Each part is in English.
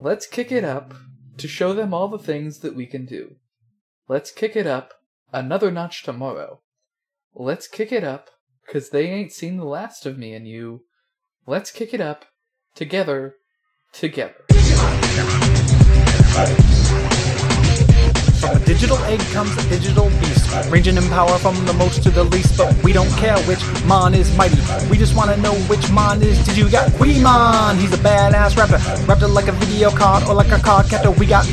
Let's kick it up to show them all the things that we can do. Let's kick it up another notch tomorrow. Let's kick it up 'cause they ain't seen the last of me and you. Let's kick it up together, together. From a digital egg comes a digital beast. Ranging in power from the most to the least. But we don't care which Mon is mighty. We just wanna know which Mon is. Did you got Mon? He's a badass rapper. Raptor like a video card or like a card captor. We got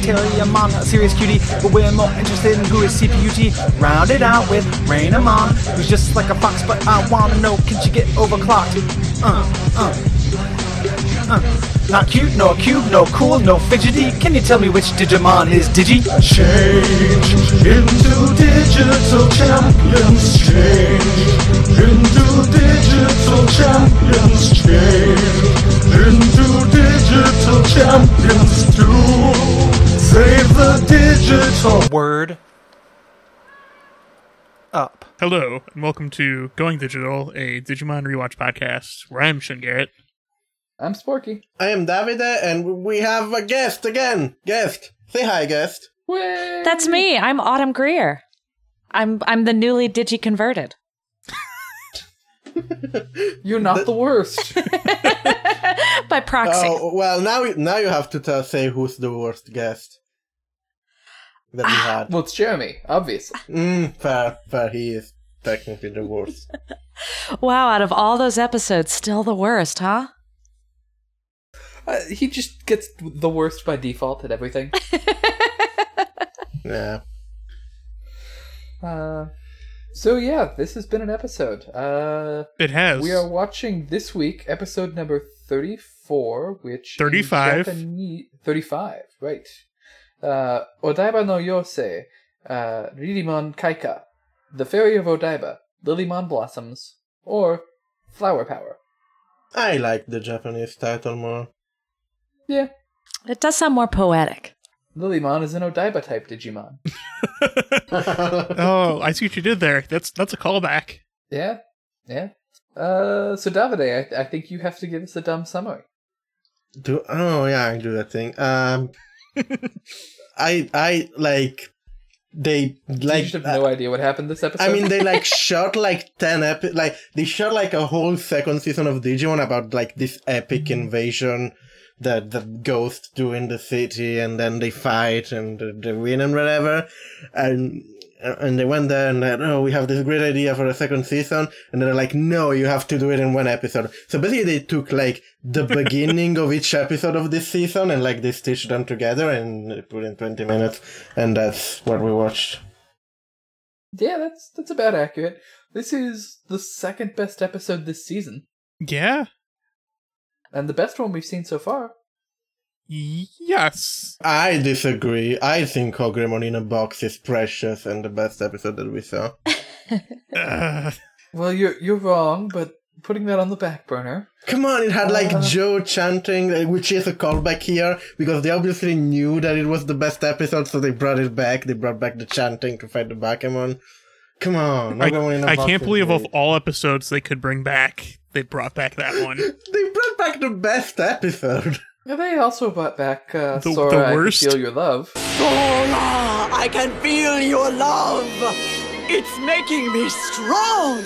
Mon, a serious cutie. But we're more interested in who is CPUT. Round it out with Raina Mon, who's just like a fox. But I wanna know, can she get overclocked? Uh, uh. Not cute, nor cube, nor cool, nor fidgety. Can you tell me which Digimon is Digi? Change into digital champions. Change into digital champions. Change into digital champions to save the digital. Word up. Hello, and welcome to Going Digital, a Digimon rewatch podcast where I'm Shin Garrett. I'm Sporky. I am Davide, and we have a guest again. Guest, say hi, guest. Way! That's me. I'm Autumn Greer. I'm I'm the newly digi converted. You're not the worst. By proxy. Oh well, now now you have to tell, say who's the worst guest that we had. well, it's Jeremy, obviously. Mm, fair, fair. He is technically the worst. Wow, out of all those episodes, still the worst, huh? Uh, he just gets the worst by default at everything. Yeah. Uh, so yeah, this has been an episode. Uh, It has we are watching this week episode number thirty-four, which 35. Japanese, thirty-five, right? Uh, Odaiba no Yosei, uh, Ririmon Kaika, The Fairy of Odaiba, Lilymon Blossoms, or Flower Power. I like the Japanese title more. Yeah, It does sound more poetic. Lilymon is an Odaiba type Digimon. Oh, I see what you did there. That's that's a callback. yeah, yeah. Uh, so Davide, I, I think you have to give us a dumb summary. Do oh yeah, I do that thing. Um, I I like they I like uh, should have no idea what happened this episode. I mean, they like shot like ten epi- like they shot like a whole second season of Digimon about like this epic invasion that the ghosts do in the city, and then they fight and uh, they win and whatever, and and they went there and like, oh, we have this great idea for a second season, and they're like, no, you have to do it in one episode. So basically, they took like the beginning of each episode of this season and like they stitched them together and put in twenty minutes, and that's what we watched. Yeah, that's that's about accurate. This is the second best episode this season, Yeah. and the best one we've seen so far. Yes. I disagree. I think Ogrimon in a box is precious and the best episode that we saw. Uh, Well, you're you're wrong, but putting that on the back burner. Come on, it had like Uh. Joe chanting, uh, which is a callback here because they obviously knew that it was the best episode, so they brought it back. They brought back the chanting to fight the Bakemon. Come on, I, Ogrimon in a I box can't is believe of great. all episodes they could bring back, they brought back that one. they brought back the best episode. Yeah, They also brought back uh, The- Sora. the I Can worst? feel your love. Hola! I can feel your love! It's making me strong!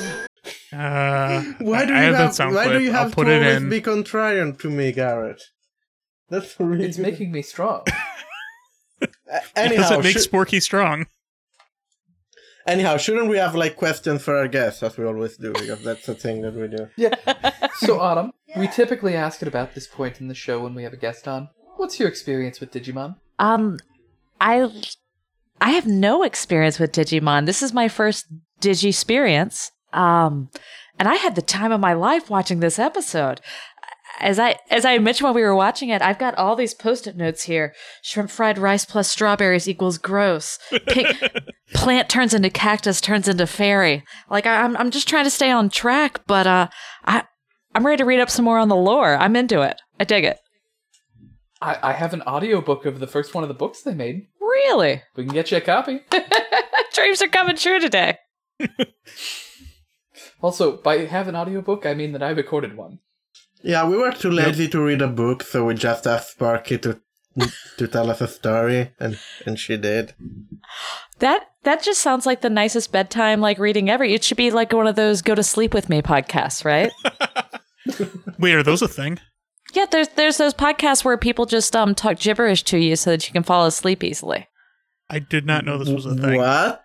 Uh, Why do I, I you have, that have, sound Why clip. do you have I'll put to it always in. be contrarian to me, Garrett? That's really It's making me strong. Uh, because anyhow, it makes should- Sporky strong. Anyhow, shouldn't we have like questions for our guests as we always do because that's the thing that we do. Yeah. So Autumn, we typically ask at about this point in the show when we have a guest on. What's your experience with Digimon? Um I I have no experience with Digimon. This is my first digi experience. Um and I had the time of my life watching this episode. As I as I mentioned while we were watching it, I've got all these post-it notes here. Shrimp fried rice plus strawberries equals gross. Pink, plant turns into cactus turns into fairy. Like I, I'm I'm just trying to stay on track, but uh I I'm ready to read up some more on the lore. I'm into it. I dig it. I, I have an audiobook of the first one of the books they made. Really? We can get you a copy. Dreams are coming true today. Also, by have an audiobook, I mean that I recorded one. Yeah, we were too lazy to read a book, so we just asked Sparky to to tell us a story, and and she did. That that just sounds like the nicest bedtime like reading ever. It should be like one of those go to sleep with me podcasts, right? Wait, are those a thing? yeah, there's there's those podcasts where people just um talk gibberish to you so that you can fall asleep easily. I did not know this was a thing. What?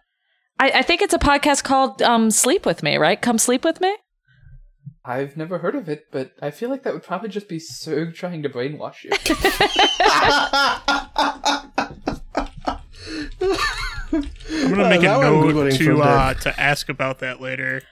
I, I think it's a podcast called um Sleep with Me, right? Come sleep with me. I've never heard of it, but I feel like that would probably just be Serg trying to brainwash you. I'm gonna make a now I'm note Googling to for uh, to ask about that later.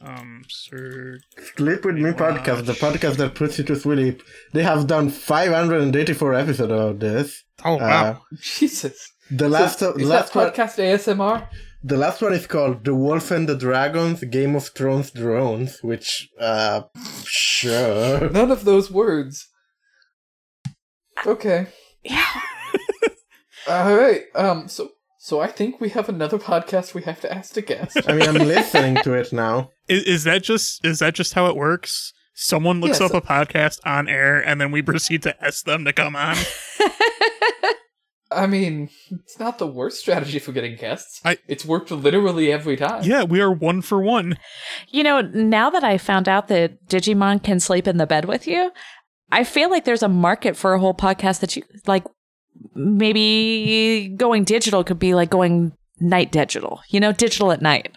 Um, sir, Sleep with me podcast, the podcast that puts you to sleep. They have done 584 episodes of this. oh wow, Jesus. The last, So, the is that last one, podcast ASMR? the last one is called "The Wolf and the Dragons: Game of Thrones Drones," which, uh, sure. None of those words. Okay. Uh, Yeah. All right. Um. So so I think we have another podcast we have to ask to guest. I mean, I'm listening to it now. is, is that just is that just how it works? Someone looks Yes. up a podcast on air, and then we proceed to ask them to come on. I mean, it's not the worst strategy for getting guests. I- it's worked literally every time. yeah, we are one for one. You know, now that I found out that Digimon can sleep in the bed with you, I feel like there's a market for a whole podcast that you like. Maybe going digital could be like going night digital. You know, digital at night.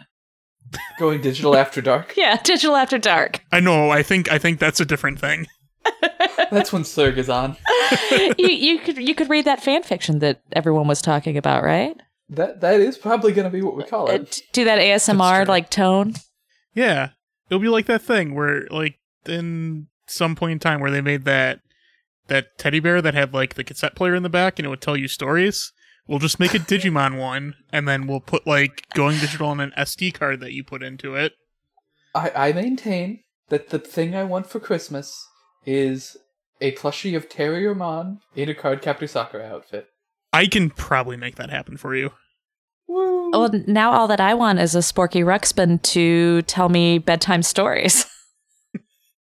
Going digital after dark. Yeah, digital after dark. I know. I think I think that's a different thing. That's when Serg is on. you, you could you could read that fan fiction that everyone was talking about, right? That that is probably going to be what we call Uh, it. t- do that ASMR true. like tone. Yeah, it'll be like that thing where like in some point in time where they made that that teddy bear that had like the cassette player in the back and it would tell you stories. We'll just make a Digimon one, and then we'll put like going digital on an SD card that you put into it. I, I maintain that the thing I want for Christmas is a plushie of Terrier Mon in a card captor Sakura outfit. I can probably make that happen for you. Woo! Well, now all that I want is a Sporky Ruxpin to tell me bedtime stories.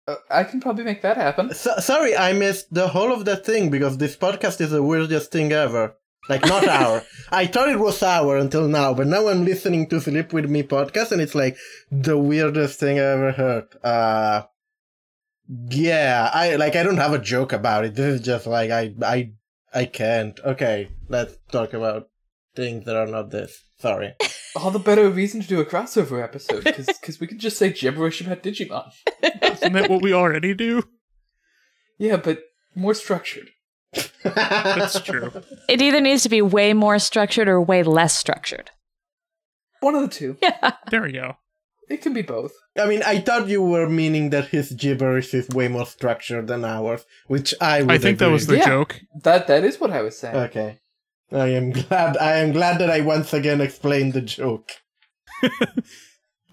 Uh, I can probably make that happen. So, sorry, I missed the whole of that thing because this podcast is the weirdest thing ever. Like, not our. I thought it was our until now, but now I'm listening to Sleep With Me podcast and it's like the weirdest thing I ever heard. Uh, yeah, I, like, I don't have a joke about it. This is just like, I, I, I can't. Okay, let's talk about things that are not this. Sorry. All the better reason to do a crossover episode because we can just say gibberish about Digimon. Isn't that what we already do? Yeah, but more structured. That's true. It either needs to be way more structured or way less structured. One of the two. There we go. It can be both. I mean, I thought you were meaning that his gibberish is way more structured than ours, which I would I think that agree. was the Yeah. joke. That that is what I was saying. Okay. I am glad I am glad that I once again explained the joke.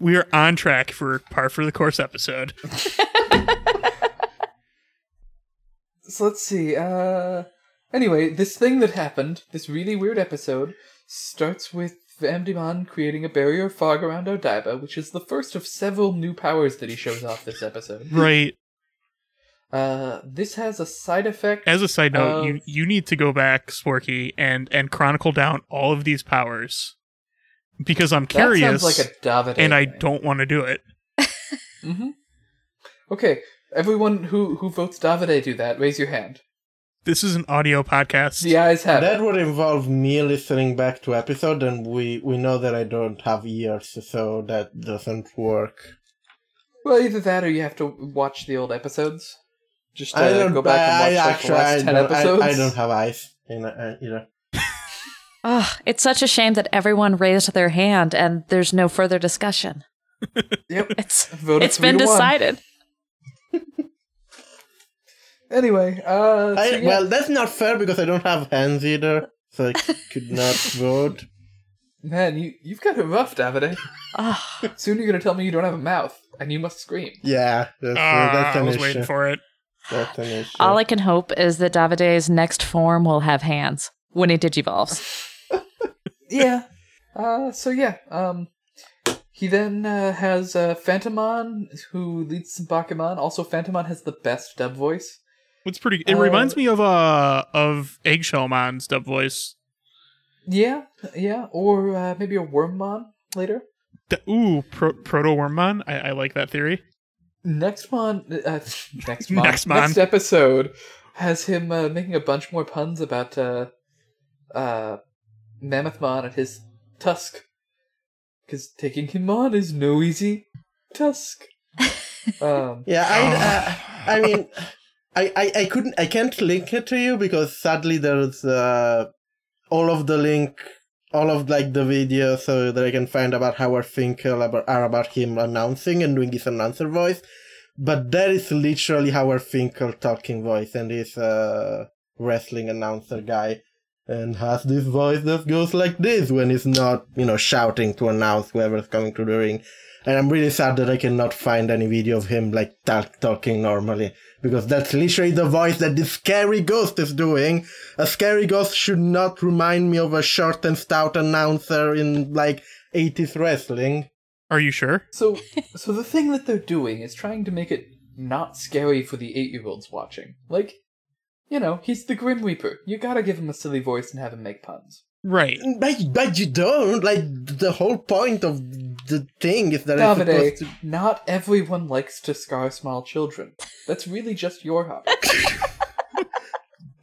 We are on track for par for the course episode. so let's see. Uh, anyway, this thing that happened, this really weird episode, starts with Vamdemon creating a barrier of fog around Odaiba, which is the first of several new powers that he shows off this episode. Right. Uh, this has a side effect. As a side Uh, note, you you need to go back, Sporky, and and chronicle down all of these powers because I'm that curious, sounds like a Davide. and I thing. don't want to do it. Mhm. Okay, everyone who who votes Davide do that, raise your hand. This is an audio podcast. The eyes have That it. would involve me listening back to episode and we we know that I don't have ears, so that doesn't work. Well, either that or you have to watch the old episodes. Just uh, I don't go back and I, watch I like, the last actually, ten I, don't, episodes. I, I don't have eyes in uh, either. Ugh, it's such a shame that everyone raised their hand and there's no further discussion. Yep. It's Voted it's been three to one. decided. Anyway, uh, so I, yeah. Well, that's not fair because I don't have hands either, so I could not vote. man, you you've got it rough, Davide. Ugh. Soon you're gonna tell me you don't have a mouth and you must scream. Yeah, that's, uh, Ah, that's I an was issue. waiting for it. That's an issue. All I can hope is that Davide's next form will have hands when he digivolves. Yeah. Uh, so yeah. Um, he then uh, has uh, Phantomon, who leads some Bakemon. Also, Phantomon has the best dub voice. It's pretty. It Uh, reminds me of uh of Eggshell Mon's dub voice. Yeah, yeah, or uh, maybe a Wormmon later. The, oough, pro, Proto Wormmon. I, I like that theory. Next mon, uh, next mon, Next mon. next episode has him uh, making a bunch more puns about uh, uh, Mammoth Mon and his tusk, because taking him on is no easy tusk. um, Yeah, I, uh, I mean, I, I, I couldn't, I can't link it to you because sadly there's uh, all of the link, all of like the videos so that I can find about Howard Finkel about, are about him announcing and doing his announcer voice, but that is literally Howard Finkel talking voice and his uh, wrestling announcer guy. And has this voice that goes like this when he's not, you know, shouting to announce whoever's coming to the ring and I'm really sad that I cannot find any video of him like talk- talking normally because that's literally the voice that this scary ghost is doing. A scary ghost should not remind me of a short and stout announcer in like 80s wrestling. Are you sure? so, so the thing that they're doing is trying to make it not scary for the eight-year-olds watching. Like, you know, he's the Grim Reaper. You gotta give him a silly voice and have him make puns. Right. But, but you don't like the whole point of the thing is that it's Davide, supposed to. not everyone likes to scar small children. That's really just your hobby.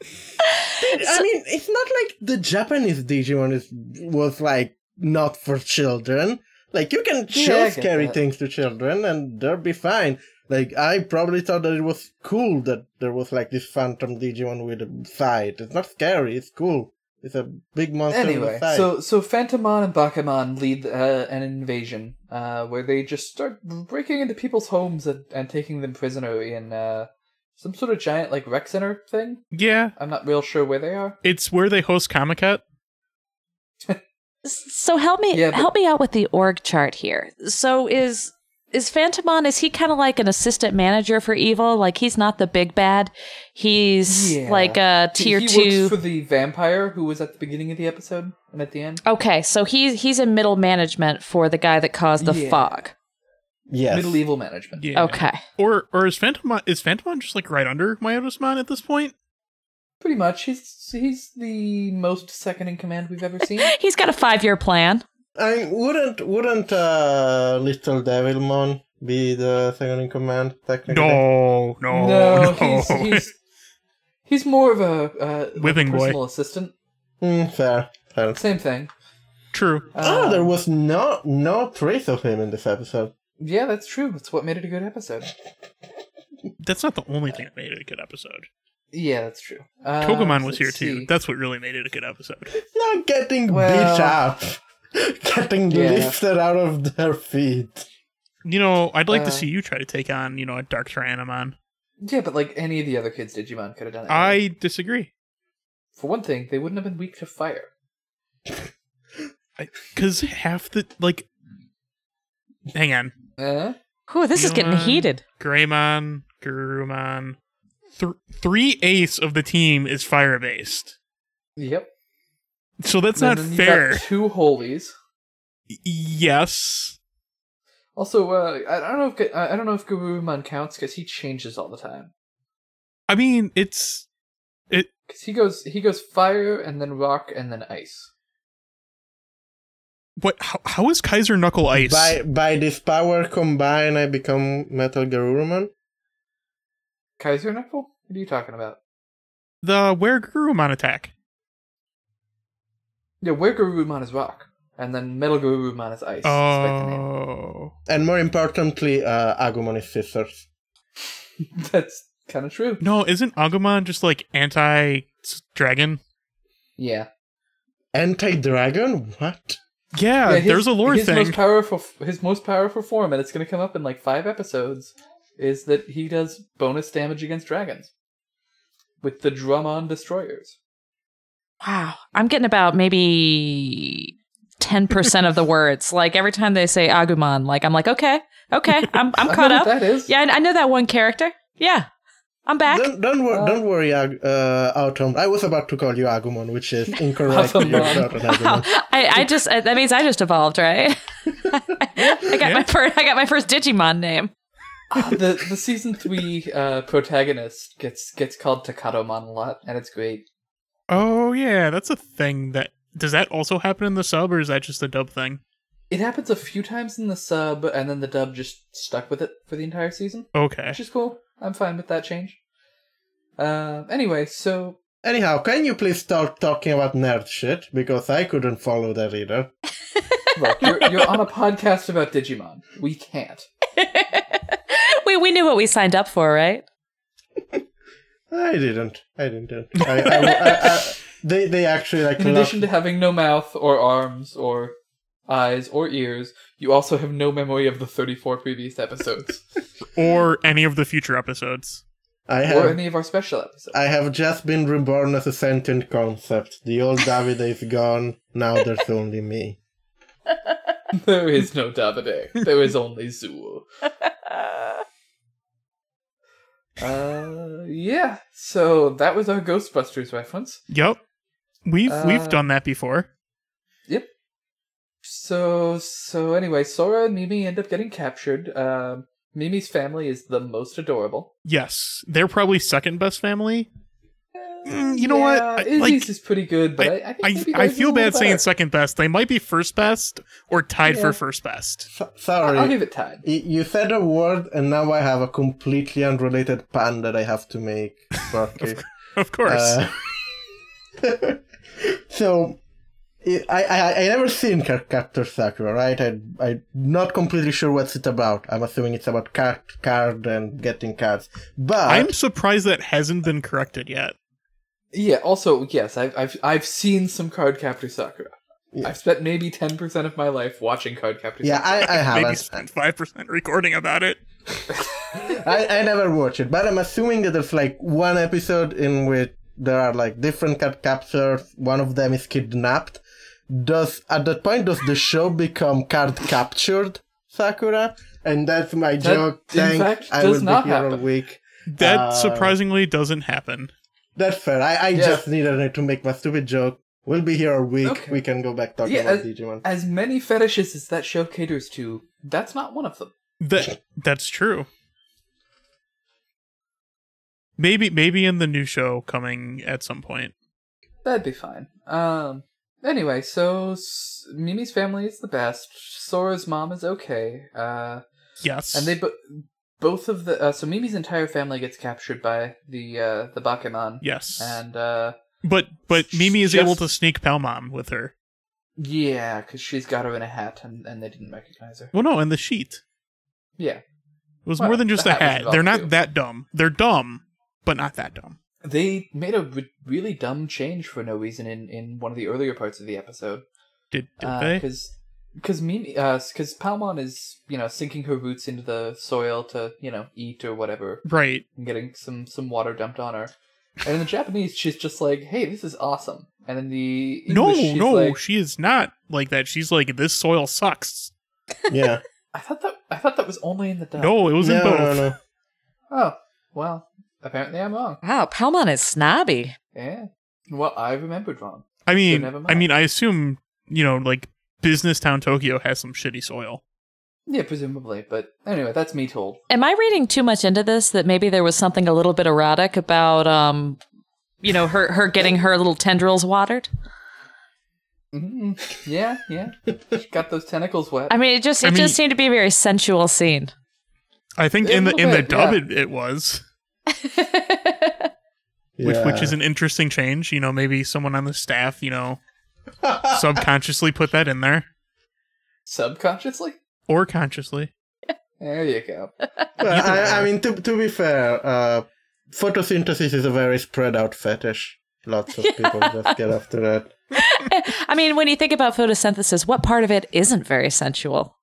I mean, it's not like the Japanese Digimon is was like not for children. Like you can Yeah, show I get scary that. things to children and they'll be fine. Like I probably thought that it was cool that there was like this phantom Digimon with a side. It's not scary. It's cool. It's a big monster. with anyway, a side. so so Phantomon and Bakamon lead uh, an invasion uh, where they just start breaking into people's homes and, and taking them prisoner in uh, some sort of giant like rec center thing. Yeah. I'm not real sure where they are. It's where they host Comic Con. So help me Yeah, but- help me out with the org chart here. So is is Phantomon is he kind of like an assistant manager for Evil? Like he's not the big bad. He's Yeah. like a He- tier he, 2. works for the vampire who was at the beginning of the episode and at the end. okay, so he's he's in middle management for the guy that caused the Yeah. fog. yes. Middle evil management. Yeah. Okay. Or or is Phantomon is Phantomon just like right under Myotismon at this point? Pretty much, he's he's the most second in command we've ever seen. He's got a 5-year plan. I mean, wouldn't wouldn't uh, little Devilmon be the second in command technically? No, no, no, no. he's he's he's more of a uh, Whipping boy. personal assistant. Hmm, fair. Fair. Same thing. True. oh, Uh, there was no no trace of him in this episode. Yeah, that's true. That's what made it a good episode. That's not the only thing that made it a good episode. Yeah, that's true. Uh, Togemon was let's here too. see. That's what really made it a good episode. not getting Well- beat up, getting Yeah. lifted out of their feet. You know, I'd like Uh, to see you try to take on, you know, a Dark Tyrannomon. Yeah, but like any of the other kids, Digimon could have done it. I disagree. for one thing, they wouldn't have been weak to fire. Because half the, like, hang on. Uh, Ooh, this is getting Gilman, heated. Greymon, Gurumon. Th- three eighths of the team is fire based. yep. So that's And not then you fair. got two holies. Y- Yes. Also, uh, I I don't know if Ga- I I don't know if Garurumon counts because he changes all the time. I mean, it's. it. Because he goes he goes fire and then rock and then ice. What? How, how is Kaiser Knuckle Ice? By by this power combined, I become Metal Garuruman. Kaiser Knuckle? What are you talking about? the Where Gurumon attack. Yeah, where Garurumon is rock, and then Metal Garurumon is ice. despite the name. Oh. And more importantly, uh, Agumon is sisters. That's kind of true. No, isn't Agumon just like anti s- dragon? Yeah. Anti dragon? What? Yeah, Yeah, his- there's a lore his thing. Most powerful, his most powerful form, and it's going to come up in like five episodes, is that he does bonus damage against dragons with the Drummond destroyers. Wow. I'm getting about maybe 10% of the words. Like every time they say Agumon, like I'm like, "Okay. Okay. I'm I'm I caught know up." What that is. Yeah, I I know that one character. Yeah. I'm back. Don't don't, wor- Uh, don't worry, Ag- uh, Autumn. I was about to call you Agumon, which is incorrect. Autumn. You're not an Agumon. I, Oh, I just I, that means I just evolved, right? I got my Yeah. first I got my first Digimon name. Ah, the the season three uh, protagonist gets gets called Takadomon a lot, and it's great. Oh yeah, that's a thing that does that also happen in the sub or is that just a dub thing? It happens a few times in the sub, and then the dub just stuck with it for the entire season, Okay. which is cool. I'm fine with that change. Uh, anyway, so Anyhow, can you please start talking about nerd shit? Because I couldn't follow that either. look, you're, you're on a podcast about Digimon. We can't. we we knew what we signed up for, right? I didn't. I didn't. I, I, I, I- they they actually like In addition to laughed- having no mouth or arms or eyes or ears, you also have no memory of the 34 previous episodes Or any of the future episodes. I or have any of our special episodes. I have just been reborn as a sentient concept. The old David is gone. Now there's only me. There is no Davide. There is only Zool. Uh, yeah. So that was our Ghostbusters reference. Yep. We've Uh, we've done that before. So so anyway, Sora and Mimi end up getting captured. Um, Mimi's family is the most adorable. Yes. They're probably second best family. Mm, you know what? Yeah, I- Izzy's like- is pretty good, but I I, think I, Mimi I Guys is a feel little bad saying better. second best. They might be first best or tied Yeah. for first best. So- I'll sorry, give it time. Y- you said a word, and now I have a completely unrelated pun that I have to make. Sparky. Of course. Uh, so, I, I I- I never seen Car- Carter Sakura, right? I I'm not completely sure what's it about. I'm assuming it's about card card and getting cards. But I'm surprised that hasn't been corrected yet. Yeah. Also, yes, I've I've I've seen some Card Captor Sakura. Yeah. I've spent maybe ten percent of my life watching Card Captor. yeah, I I Maybe haven't. spent five percent recording about it. I, I never watched it, but I'm assuming that there's like one episode in which there are like different cat captures. One of them is kidnapped. Does at that point does the show become card captured Sakura? And that's my That, joke. in Thanks. fact, I does will not be here all happen. week. That Uh, surprisingly doesn't happen. That's fair. I, I Yeah. just needed it to make my stupid joke. We'll be here all week. Okay. We can go back talking Yeah, about uh, Digimon. As many fetishes as that show caters to, that's not one of them. That that's true. Maybe maybe in the new show coming at some point. That'd be fine. Um. Anyway, so S- Mimi's family is the best. Sora's mom is okay. Uh, Yes. and they bo- both of the uh, so Mimi's entire family gets captured by the uh, the Bakeman. yes. And uh, but but Mimi is Just- able to sneak Palmom with her. yeah, because she's got her in a hat, and, and they didn't recognize her. Well, no, and the sheet Yeah, it was Well, more than just the a hat was hat. involved They're not too. that dumb. They're dumb, but not that dumb. they made a re- really dumb change for no reason in, in one of the earlier parts of the episode. Did did Uh, they? Because because Mimi because Palmon is you know sinking her roots into the soil to you know eat or whatever Right. and getting some some water dumped on her. And in the Japanese, she's just like, "Hey, this is awesome." And in the English, no, she's no, like, she is not like that. She's like this soil sucks. yeah. I thought that I thought that was only in the dub. No, it was in No, both. no, no. Oh well, apparently I'm wrong. Wow, Palmon is snobby. Yeah. Well, I remembered wrong. I mean, never I mind. mean, I assume you know, like business town Tokyo has some shitty soil. Yeah, presumably. But anyway, that's me told. Am I reading too much into this that maybe there was something a little bit erotic about um you know her her getting her little tendrils watered? Mhm. Yeah, yeah. She got those tentacles wet. I mean it just it I mean- just seemed to be a very sensual scene. I think A in the little in the bit, dub yeah. it, it was, Yeah. which which is an interesting change. You know, maybe someone on the staff, you know, subconsciously put that in there Subconsciously? or consciously. There you go. Well, Either I, I or. mean, to, to be fair, uh, photosynthesis is a very spread out fetish. Lots of people just get after that. I mean, when you think about photosynthesis, what part of it isn't very sensual?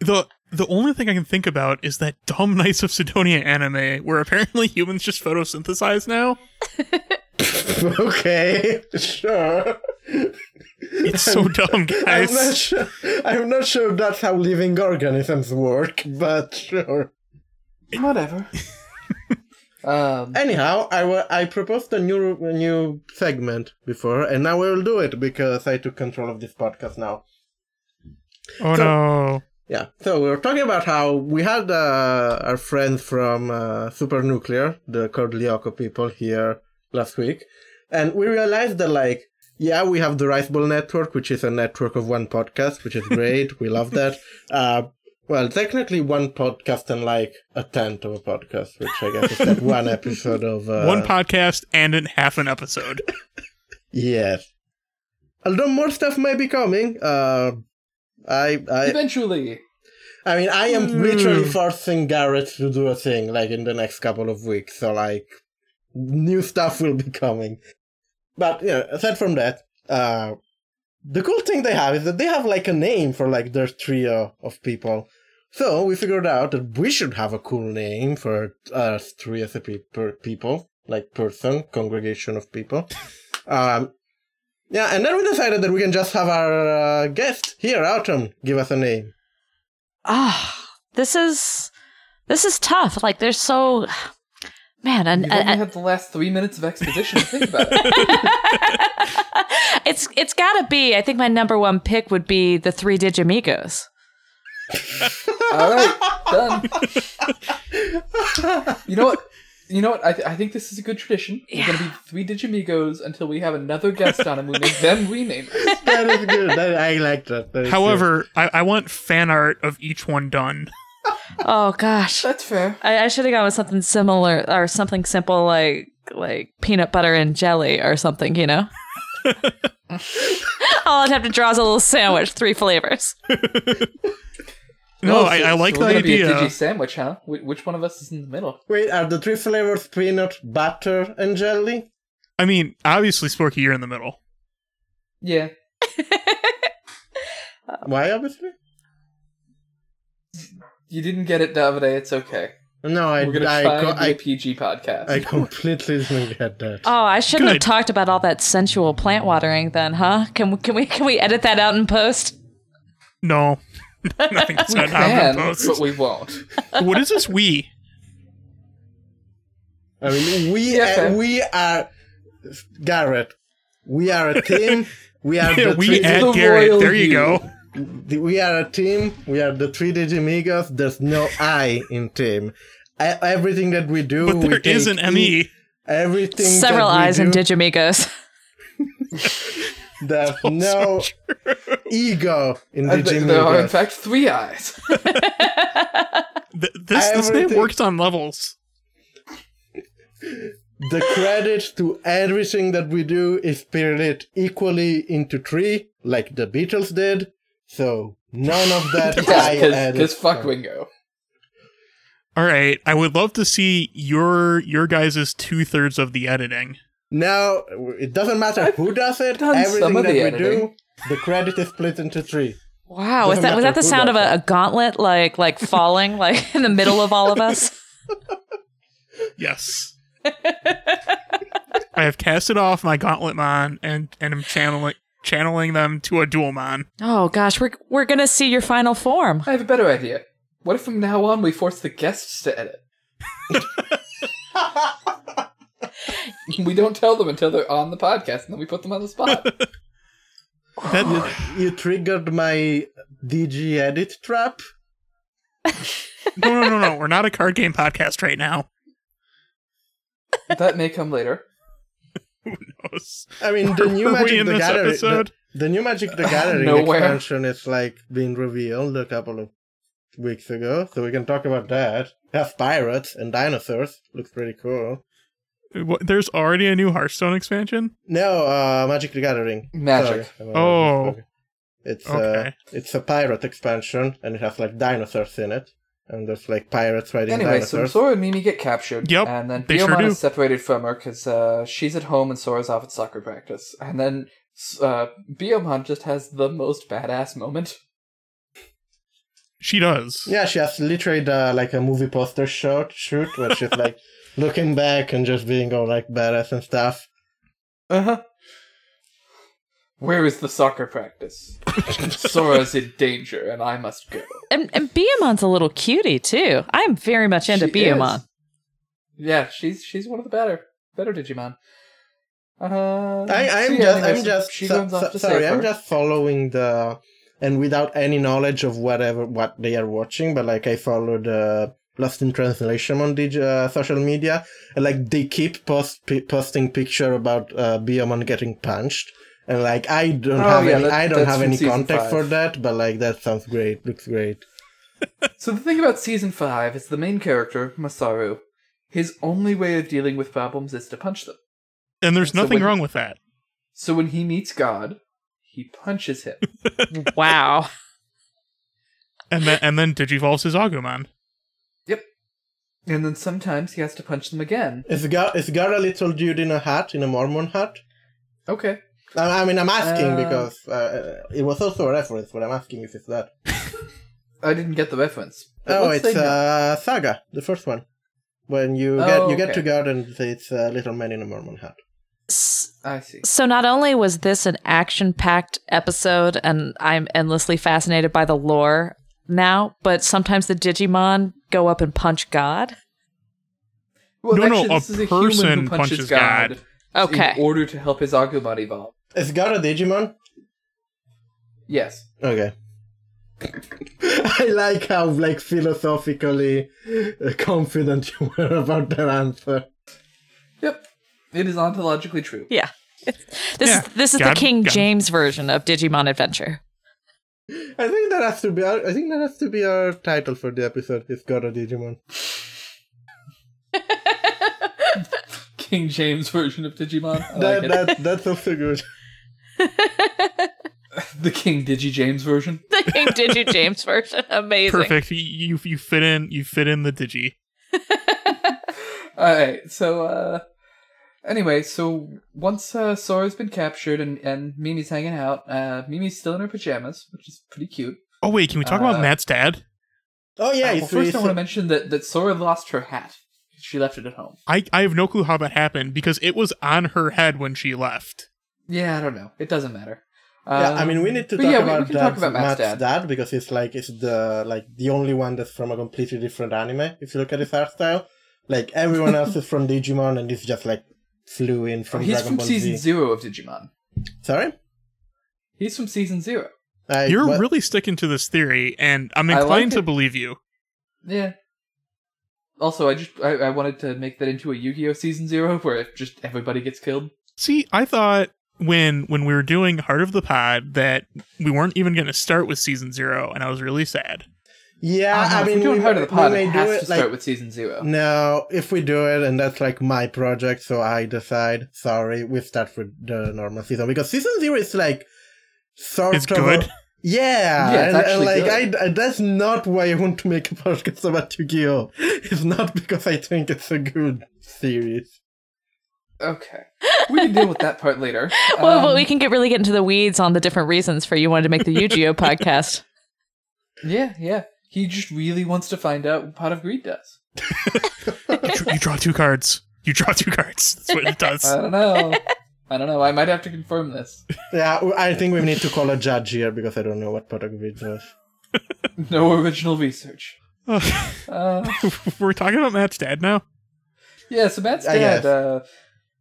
The the only thing I can think about is that dumb Knights of Sidonia anime where apparently humans just photosynthesize now. okay, sure. It's so dumb, I'm not guys. sure. I'm not sure that's how living organisms work, but sure. Whatever. um, Anyhow, I wa- I proposed a new a new segment before, and now I will do it because I took control of this podcast now. Oh no. Yeah. So we were talking about how we had uh, our friend from uh, Super Nuclear, the Cordliaco people, here last week, and we realized that like, yeah, we have the Rice Bowl Network, which is a network of one podcast, which is great. we love that. Uh, well, technically one podcast and like a tenth of a podcast, which I guess is that one episode of uh, One podcast and an half an episode. Yes. Although more stuff might be coming. Uh, I I Eventually, I mean, I am literally forcing Garrett to do a thing like in the next couple of weeks. So like, new stuff will be coming. But you know, aside from that, uh, the cool thing they have is that they have like a name for like their trio of people. So we figured out that we should have a cool name for uh three as a pe- per people, like person, congregation of people. um, yeah, and then we decided that we can just have our uh, guest here, Autumn, give us a name. Ah, this is this is tough. Like there's so man, and, you only and- have the last three minutes of exposition to think about it. it's it's gotta be. I think my number one pick would be the three Digimigos. All right, done. you know what? You know what? I, th- I think this is a good tradition. We're gonna be three Digimigos until we have another guest on, and we make them rename. us. that is good. That, I like that. That is However, I, I want fan art of each one done. Oh gosh. That's fair. I, I should have gone with something similar or something simple like like peanut butter and jelly or something, you know? All I'd have to draw is a little sandwich, three flavors. No, Oh, I, so- I like so we're the gonna Be a idea. Digi sandwich, huh? Wh- which one of us is in the middle? good. wait, are the three flavors peanut, butter, and jelly? I mean, obviously, Sporky, you're in the middle. Yeah, Why, obviously? you didn't get it, Davide. It's okay. No, I We're gonna I, try co- and be a I, PG podcast. I completely didn't get that. Oh, I shouldn't Good. have talked about all that sensual plant watering then, huh? Can we can we can we edit that out in post? No, nothing that's we not happening. can, post. but we won't. what is this? We I mean, we Yeah, uh, fair. we are Garrett. We are a team. We are yeah, the we three, at the Garrett. royal There you you. go. the- we are a team. We are the three Digimigos. There's no I in team. E- everything that we do, But we there is take an ME. E- Everything Several that we eyes do, and Digimigos. There's Oh, no ego in And th- Digimigos. there are, in fact, three eyes. Th- this this name Everything- works on levels. The credit to everything that we do is split equally into three, like the Beatles did. So none of that I added. Because fuck Wingo. All right, I would love to see your your guys' two thirds of the editing. Now it doesn't matter who does it. done some Everything of that we the do, the credit is split into three. Wow, was Doesn't that was matter that the who sound of does a, a gauntlet like like falling like in the middle of all of us? Yes. I have casted off my gauntlet mon and and am channeling channeling them to a dual mon. Oh gosh, we're we're gonna see your final form. I have a better idea. What if from now on we force the guests to edit? we don't tell them until they're on the podcast, and then we put them on the spot. That, You triggered my DG edit trap. no, no, no, no. We're not a card game podcast right now. that may come later. I mean, the new Were we Magic in the this Gathering. The, episode? the new Magic the Gathering Nowhere. expansion is like being revealed a couple of weeks ago, so we can talk about that. They have pirates and dinosaurs. Looks pretty cool. What- There's already a new Hearthstone expansion. No, uh, Magic the Gathering. Magic. Sorry. Uh, Oh. It's Okay. uh, it's a pirate expansion, and it has like dinosaurs in it, and there's like pirates riding Anyway, so dinosaurs. Sora and Mimi get captured. Yep, And then they sure Biomon do. is separated from her because uh, she's at home and Sora's off at soccer practice. And then uh, Biomon just has the most badass moment. She does. Yeah, she has literally the, like a movie poster shot shoot where she's like looking back and just being all like badass and stuff. Uh Uh-huh. huh. Where is the soccer practice? Sora's in danger, and I must go. And, and Beamon's a little cutie too. I'm very much into She Beamon. is. Yeah, she's she's one of the better better Digimon. Uh, I, I'm so yeah, just, anyway, I'm so just, She so- runs so- off to sorry, save I'm her. just following the and without any knowledge of whatever what they are watching. But like I followed uh, Lost in Translation on dig- uh, social media, and like they keep post pi posting picture about uh, Bioman getting punched. And like I don't Oh, have yeah, any, that- I don't that's have from any season context five. for that, but like that sounds great, looks great. So the thing about season five is the main character Masaru. His only way of dealing with problems is to punch them. And there's So nothing when- wrong with that. So when he meets God, he punches him. Wow. And then and then Digivolves his Agumon. and then sometimes he has to punch them again. Is Gar is Gar a little dude in a hat, in a Mormon hat? Okay. I, I mean, I'm asking Uh. because uh, it was also a reference, but I'm asking if it's that. I didn't get the reference. But Oh, let's it's say no. uh, Saga, the first one. When you Oh, get you get okay. to God and say it's a little man in a Mormon hat. S- I see. So not only was this an action-packed episode and I'm endlessly fascinated by the lore now, but sometimes the Digimon go up and punch God. Well, No, no, actually, a this is a human person who punches, punches God, God. Okay. in order to help his Agumon evolve. Is God a Digimon? Yes. Okay. I like how like philosophically uh, confident you were about that answer. Yep. It is ontologically true. Yeah. This Yeah. is this is God- the King God. James version of Digimon Adventure. I think that has to be our, I think that has to be our title for the episode. Is God a Digimon? King James version of Digimon. I like That, it. that that's also good. The King Digi James version. The King Digi James version. Amazing. Perfect. You, you you fit in you fit in the Digi. All right. So uh anyway, so once uh, Sora's been captured and and Mimi's hanging out, uh Mimi's still in her pajamas, which is pretty cute. Oh wait, can we talk Uh, about Matt's dad? Oh Uh, yeah, well, it's, first I it's- want to mention that that Sora lost her hat. She left it at home. I I have no clue how that happened because it was on her head when she left. Yeah, I don't know. It doesn't matter. Yeah, I Um, mean, we need to but talk, yeah, we- about we, can talk Dad's- about Matt's, dad. because it's like it's the like the only one that's from a completely different anime. If you look at his art style, like everyone else is from Digimon, and he's just like flew in from He's Dragon from Ball season Z. zero of Digimon. Sorry, He's from season zero. I, You're what- really sticking to this theory, and I'm I like inclined to it. believe you. Yeah. Also, I just I, I wanted to make that into a Yu-Gi-Oh season zero where if just everybody gets killed. See, I thought when when we were doing Heart of the Pod that we weren't even going to start with season zero, and I was really sad. yeah. Uh, I if mean, we're doing we, Heart of the we Pod, may it has do to it, like, start with season zero. No, if we do it, and that's like my project, so I decide. Sorry, we start with the normal season because season zero is like sort It's of a- good. yeah, Yeah, it's and, and, actually like good. I, I- that's not why I want to make a podcast about Yu-Gi-Oh. It's not because I think it's a good series. Okay. We can deal with that part later. Well, but Um, we can get really get into the weeds on the different reasons for you wanted to make the Yu-Gi-Oh podcast. Yeah, yeah. He just really wants to find out what Pot of Greed does. You, dr- you draw two cards. You draw two cards. That's what it does. I don't know. I don't know. I might have to confirm this. Yeah, I think we need to call a judge here because I don't know what product it was. No original research. Ugh. Uh, we're talking about Matt's dad now. yeah, so Matt's I dad, guess. uh,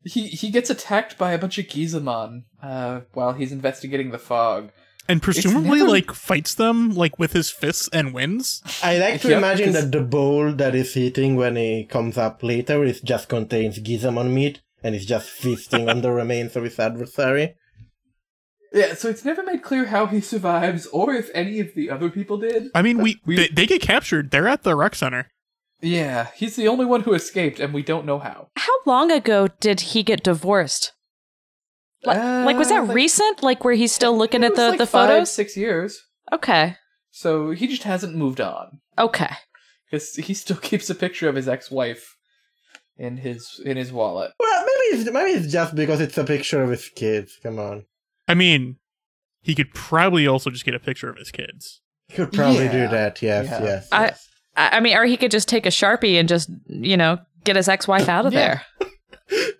he, he gets attacked by a bunch of Gizamon uh, while he's investigating the fog. and presumably never- like fights them like with his fists and wins. I like to Yep, imagine 'cause- that the bowl that is hitting when it comes up later is just contains Gizamon meat and it's just feasting on the remains of his adversary. Yeah, so it's never made clear how he survives or if any of the other people did. I mean, we, We- they, they get captured. They're at the rec center. Yeah, he's the only one who escaped, and we don't know how. How long ago did he get divorced? Like, like was Uh, that recent? Like where he's still looking it at was the, like the five, photos? six years. Okay. So he just hasn't moved on Okay. because he still keeps a picture of his ex-wife in his in his wallet. Well, maybe it's, maybe it's just because it's a picture of his kids. Come on. I mean, he could probably also just get a picture of his kids. You could probably Yeah. do that, yes, Yeah. yes. I- yes. I, I mean, or he could just take a Sharpie and just, you know, get his ex wife out of Yeah. there.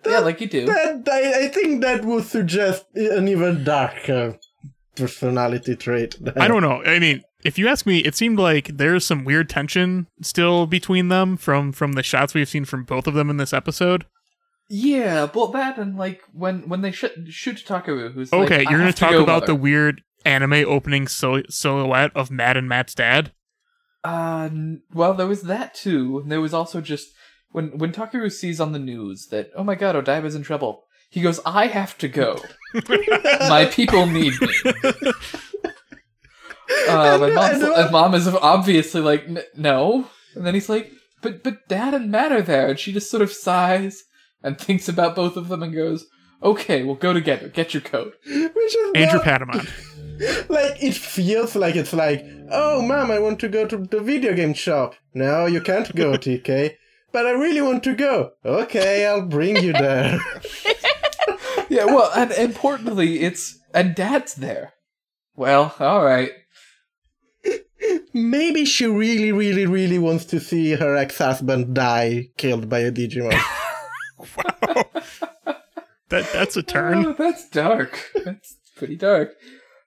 yeah, like you do. That I, I think that would suggest an even darker personality trait. I don't know. I mean, if you ask me, it seemed like there's some weird tension still between them from from the shots we've seen from both of them in this episode. Yeah, well, that and like when when they sh- shoot Takaru, who's Okay, like, I you're gonna have to talk go, about the mother." weird anime opening sil- silhouette of Matt and Matt's dad? Uh, n- well, there was that too. And there was also just when when Takeru sees on the news that oh my god, Odaiba's in trouble. He goes, I have to go. my people need me. Uh, my mom's, and mom is obviously like, "N- no. And then he's like, but but dad and Matt are there, and she just sort of sighs and thinks about both of them and goes, okay, we'll go together. Get your coat. Which is Andrew not- Patamon. Like it feels like it's like, oh mom, I want to go to the video game shop. No, you can't go, TK. But I really want to go. Okay, I'll bring you there. Yeah, well, and importantly, it's and dad's there. Well, all right. Maybe she really, really, really wants to see her ex-husband die killed by a Digimon. That that's a turn. Oh, that's dark. That's pretty dark.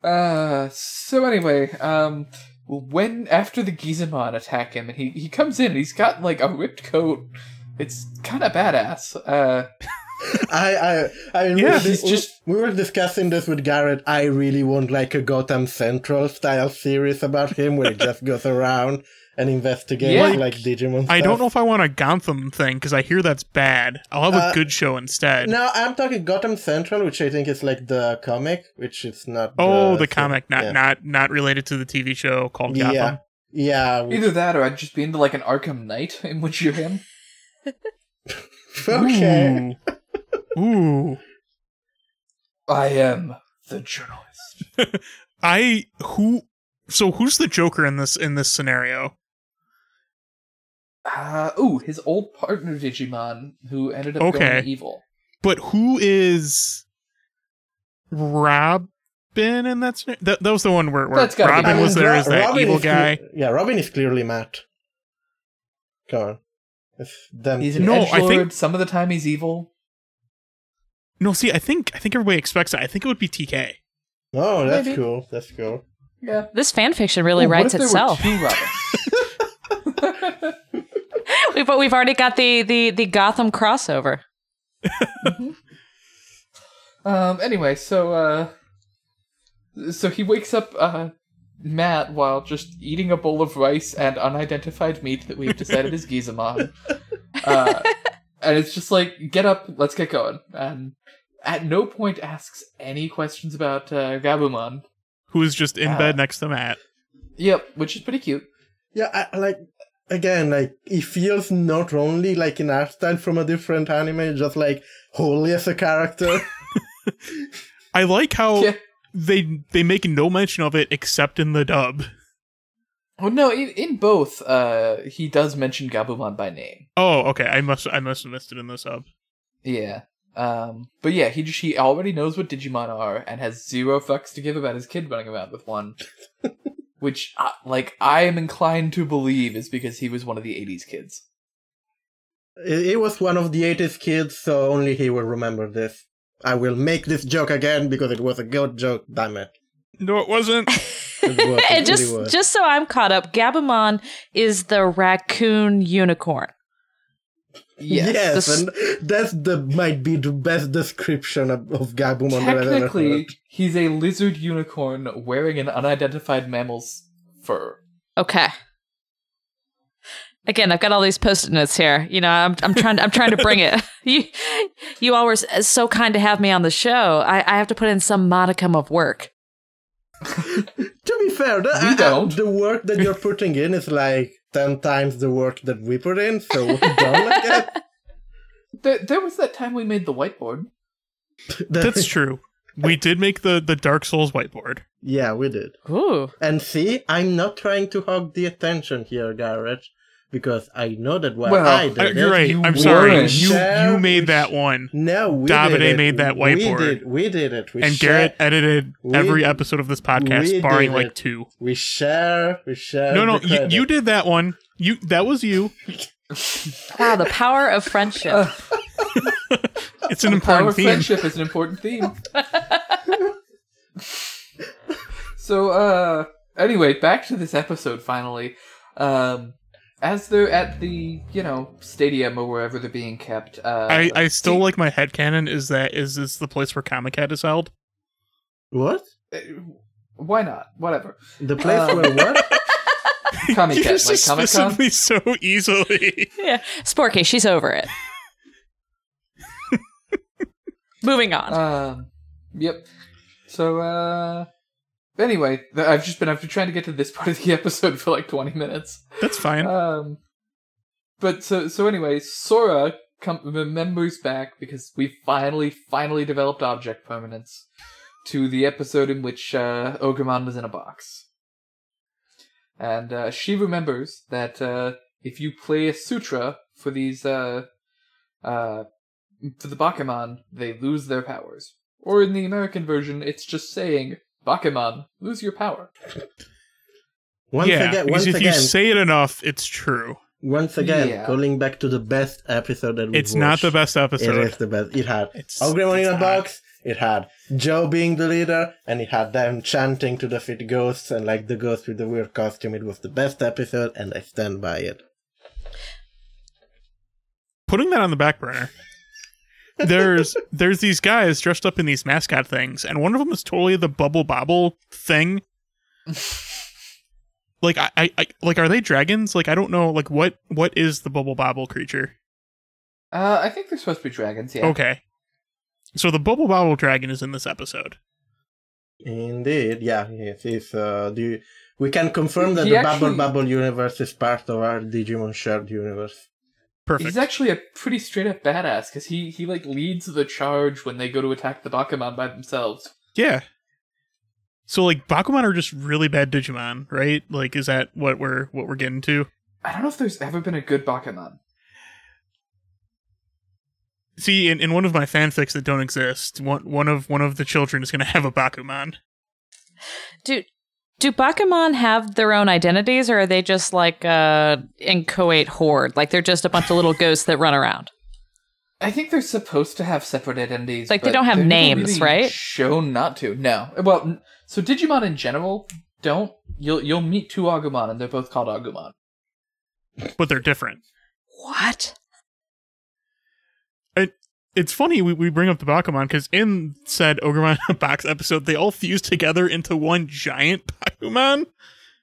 Uh, so anyway, um, when after the Gizamon attack him, and he he comes in, and he's got like a ripped coat. It's kind of badass. Uh, I, I, I mean, Yeah, we, he's we- just- we were discussing this with Garrett. I really want like a Gotham Central style series about him, where he just goes around and investigates Yeah. like Digimon. I don't stuff. know if I want a Gotham thing because I hear that's bad. I'll have a Uh, good show instead. No, I'm talking Gotham Central, which I think is like the comic, which is not. oh, the thing. comic, not yeah. not not related to the TV show called Yeah. Gotham. Yeah, we- either that, or I'd just be into like an Arkham Knight in which you're him. okay. Ooh. Ooh. I am the journalist. I who so who's the Joker in this in this scenario? Uh, ooh, his old partner Digimon, who ended up Okay. going evil. But who is Robin in that scenario? That, that was the one where, where That's gotta be Robin Robin. was there Ro- as that Robin evil is cle- guy. yeah, Robin is clearly Matt. Come on, it's them. He's two. an No, I edgelord. think- Some of the time he's evil. No, see, I think I think everybody expects that. I think it would be TK. oh, that's maybe. cool. That's cool. Yeah. This fan fiction really Ooh, what writes if there were itself. two Robins? We- but we've already got the the the Gotham crossover. Um. Anyway, so uh, so he wakes up uh, Matt while just eating a bowl of rice and unidentified meat that we've decided is Gizamon. Uh, and it's just like, get up, let's get going. And at no point asks any questions about uh, Gabumon. Who is just in Uh, bed next to Matt. Yep, which is pretty cute. Yeah, I, I like again, like it feels not only like an art style from a different anime, just like wholly as a character. I like how Yeah. they they make no mention of it except in the dub. Well, Oh, no, in, in both, uh, he does mention Gabumon by name. Oh, okay. I must I must have missed it in the sub. Yeah. Um, but yeah, he just, he already knows what Digimon are and has zero fucks to give about his kid running about with one, which uh, like I am inclined to believe is because he was one of the '80s kids. It it was one of the 80s kids, so only he will remember this. I will make this joke again because it was a good joke, damn it. No, it wasn't. It was, and it just really was. just so I'm caught up, Gabumon is the raccoon unicorn. Yes. yes, This- and that's the might be the best description of, of Gabumon that I've ever Technically, heard. he's a lizard unicorn wearing an unidentified mammal's fur. Okay. Again, I've got all these post-it notes here. You know, I'm I'm trying I'm trying to bring it. You you all were s- so kind to have me on the show. I, I have to put in some modicum of work. To be fair, that, We I- I- don't. the work that you're putting in is like 10 times the work that we put in, so we don't like it. There, there was that time we made the whiteboard. That's true. We did make the the Dark Souls whiteboard. Yeah, we did. Ooh. And see, I'm not trying to hog the attention here, Garrett, because I know that what Well, I did. I- uh, you're it, right. you I'm sorry. weren't. You share, you we made that sh- one, No, we did Davide it. made that whiteboard. We did, we did it. We and share- Garrett uh, edited we- every episode of this podcast, we barring did like it. two. We share. We share. No, no, the you, credit. you did that one. You that was you. Wow, the power of friendship. Uh. It's an Power important of theme. friendship is an important theme. so, uh, anyway, back to this episode finally. Um, as they're at the, you know, stadium or wherever they're being kept, uh, I, I still like my headcanon is that is this the place where Comic Cat is held? What? Why not? Whatever. The place Um, where what? Comic You Cat, like dismiss Comic Con. me so easily. Yeah. Sporky, she's over it. Moving on. Um, yep. So, uh, anyway, th- I've just been I've been trying to get to this part of the episode for like twenty minutes. That's fine. Uh, Um, but so so anyway, Sora com- remembers back because we finally finally developed object permanence to the episode in which uh, Ogremon was in a box, and uh, she remembers that uh, if you play a sutra for these uh, uh, for the Bakemon, they lose their powers. Or in the American version, it's just saying Bakemon lose your power. Once yeah, again, because once if you again, say it enough, it's true. once again, Yeah. calling back to the best episode that we It's not the best It episode. is the best. It had It's- Ogremon in it's a not. box. It had Joe being the leader, and it had them chanting to defeat ghosts, and like the ghost with the weird costume. It was the best episode, and I stand by it. Putting that on the back burner. There's there's these guys dressed up in these mascot things, and one of them is totally the bubble bobble thing. Like I, I, I like are they dragons? Like I don't know. Like what what is the bubble bobble creature? Uh, I think they're supposed to be dragons. Yeah. Okay. So the bubble bobble dragon is in this episode. Indeed, yeah, yes, it's, uh, do you, we can confirm that He the actually- Bubble Bubble universe is part of our Digimon shared universe. Perfect. He's actually a pretty straight up badass because he he like leads the charge when they go to attack the Bakemon by themselves. Yeah. So like Bakuman are just really bad Digimon, right? Like is that what we're what we're getting to? I don't know if there's ever been a good Bakemon. See, in, in one of my fanfics that don't exist, one one of one of the children is gonna have a Bakuman. do do Bakemon have their own identities or are they just like a inchoate horde? Like they're just a bunch of little ghosts that run around. I think they're supposed to have separate identities. Like, they but don't have they're never names, really right? Shown not to. No. Well, n- so Digimon in general don't. You'll you'll meet two Agumon and they're both called Agumon. But they're different. What? It's funny we, we bring up the Bakuman because in said Ogremon box episode, they all fused together into one giant Bakuman,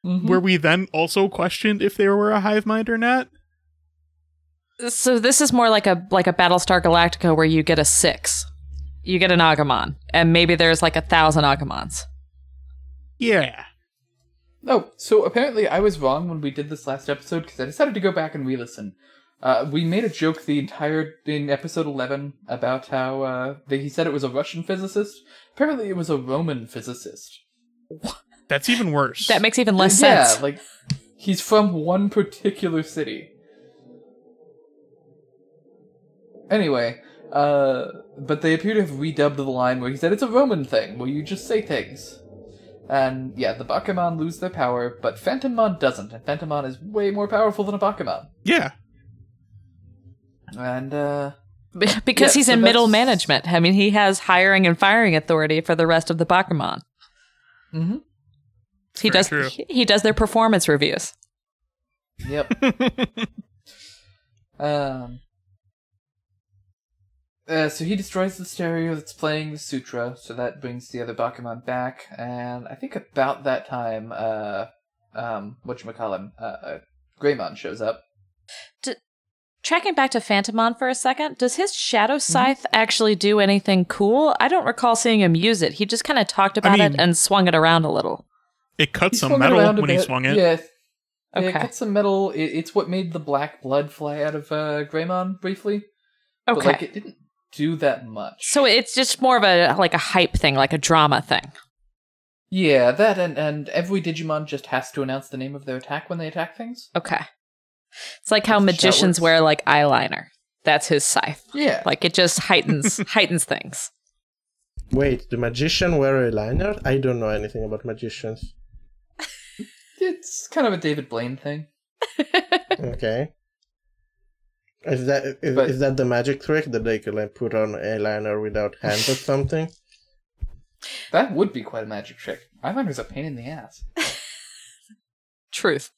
Mhm. where we then also questioned if they were a hive mind or not. So this is more like a like a Battlestar Galactica where you get a six. You get an Agumon, and maybe there's like a thousand Agumons. Yeah. Oh, so apparently I was wrong when we did this last episode because I decided to go back and re-listen. Uh, we made a joke the entire in episode eleven about how uh, they, he said it was a Russian physicist. Apparently, it was a Roman physicist. That's even worse. That makes even less yeah, sense. like he's from one particular city. Anyway, uh, but they appear to have redubbed the line where he said it's a Roman thing, where you just say things. And yeah, the Bakemon lose their power, but Phantommon doesn't, and Phantommon is way more powerful than a Bakemon. yeah. And uh, B- because yeah, he's so in middle that's- management. I mean, he has hiring and firing authority for the rest of the Bakemon. Mhm. He Very does. true. He, he does their performance reviews. yep. Um. Uh, so he destroys the stereo that's playing the sutra, so that brings the other Bakuman back, and I think about that time, uh, um, whatchamacallem, uh, uh Greymon shows up. Tracking back to Phantomon for a second, does his Shadow Mm-hmm. Scythe actually do anything cool? I don't recall seeing him use it. He just kind of talked about it mean- and swung it around a little. It cut He some swung it metal around a when he bit. swung it. Yeah, okay. Okay. it cut some metal, it, it's what made the black blood fly out of, uh, Greymon briefly, but, Okay. like, it didn't do that much. so it's just more of a like a hype thing, like a drama thing. Yeah, that and, and every Digimon just has to announce the name of their attack when they attack things. Okay. It's like how That's how it magicians works. wear like eyeliner. That's his scythe. Yeah. Like it just heightens heightens things. Wait, the magician wear a liner? I don't know anything about magicians. It's kind of a David Blaine thing. Okay. Is that is, But- is that the magic trick that they can like put on a liner without hands or something? That would be quite a magic trick. Eyeliner's a pain in the ass. Truth.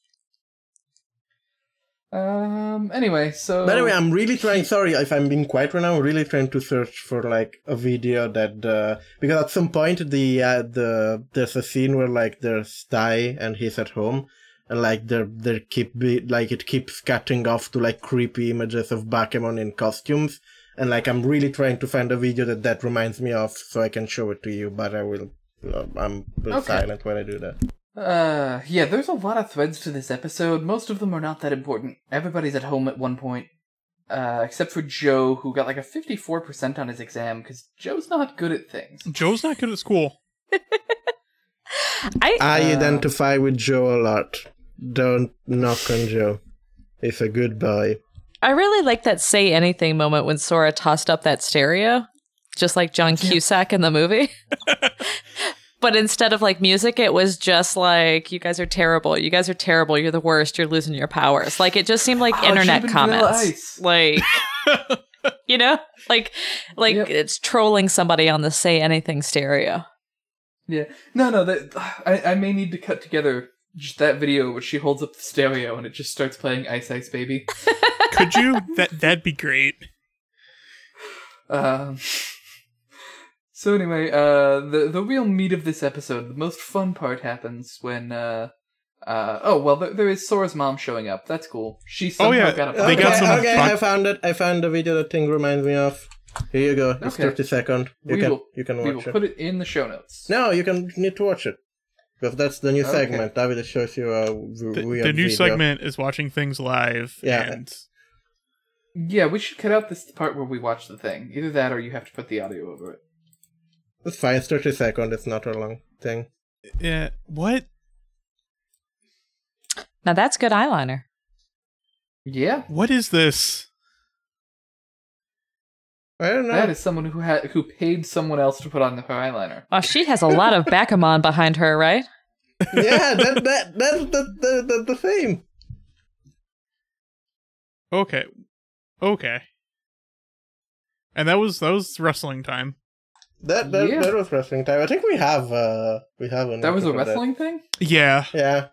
Um. Anyway, so By the way, I'm really trying. Sorry if I'm being quiet right now. I'm really trying to search for like a video that uh, because at some point the uh, the there's a scene where like there's Ty and he's at home, and like they they keep be, like it keeps cutting off to like creepy images of Bakemon in costumes, and like I'm really trying to find a video that that reminds me of so I can show it to you. But I will. uh, I'm Okay. silent when I do that. Uh, yeah, there's a lot of threads to this episode. Most of them are not that important. Everybody's at home at one point, uh, except for Joe, who got like a 54% on his exam because Joe's not good at things. Joe's not good at school. I I identify with Joe a lot. Don't knock on Joe. He's a good boy. I really like that say anything moment when Sora tossed up that stereo, just like John Cusack in the movie. but instead of like music, it was just like, you guys are terrible. You guys are terrible. You're the worst. You're losing your powers. Like it just seemed like Oh, it internet should've been Vanilla comments. Ice. Like, you know, like, like Yep. it's trolling somebody on the say anything stereo. Yeah. No, no, that, I, I may need to cut together just that video where she holds up the stereo and it just starts playing Ice Ice Baby. Could you? That that'd be great. Um, so anyway, uh, the the real meat of this episode, the most fun part happens when, uh, uh, oh well, there, there is Sora's mom showing up. That's cool. She somehow Oh, yeah. got a They okay, got some okay, fun- I found it. I found the video that thing reminds me of. Here you go. It's Okay. thirty second. You We can will- you can we will watch it. put it in the show notes. No, you can need to watch it because that's the new Okay. segment. David shows you uh, a w- The, weird the new video. segment is watching things live. Yeah. And Yeah, we should cut out this part where we watch the thing. Either that, or you have to put the audio over it. It's fine. It's thirty second. It's not a long thing. yeah, what? Now that's good eyeliner. Yeah, What is this? I don't know. that is someone who had who paid someone else to put on her eyeliner. Well, she has a lot of Bacamon behind her, right? yeah, that that that's the the, the, the theme. Okay. Okay. And that was that was wrestling time. That that, Yeah. that was wrestling time. I think we have uh we have an That was a episode of wrestling thing. Yeah. Yeah.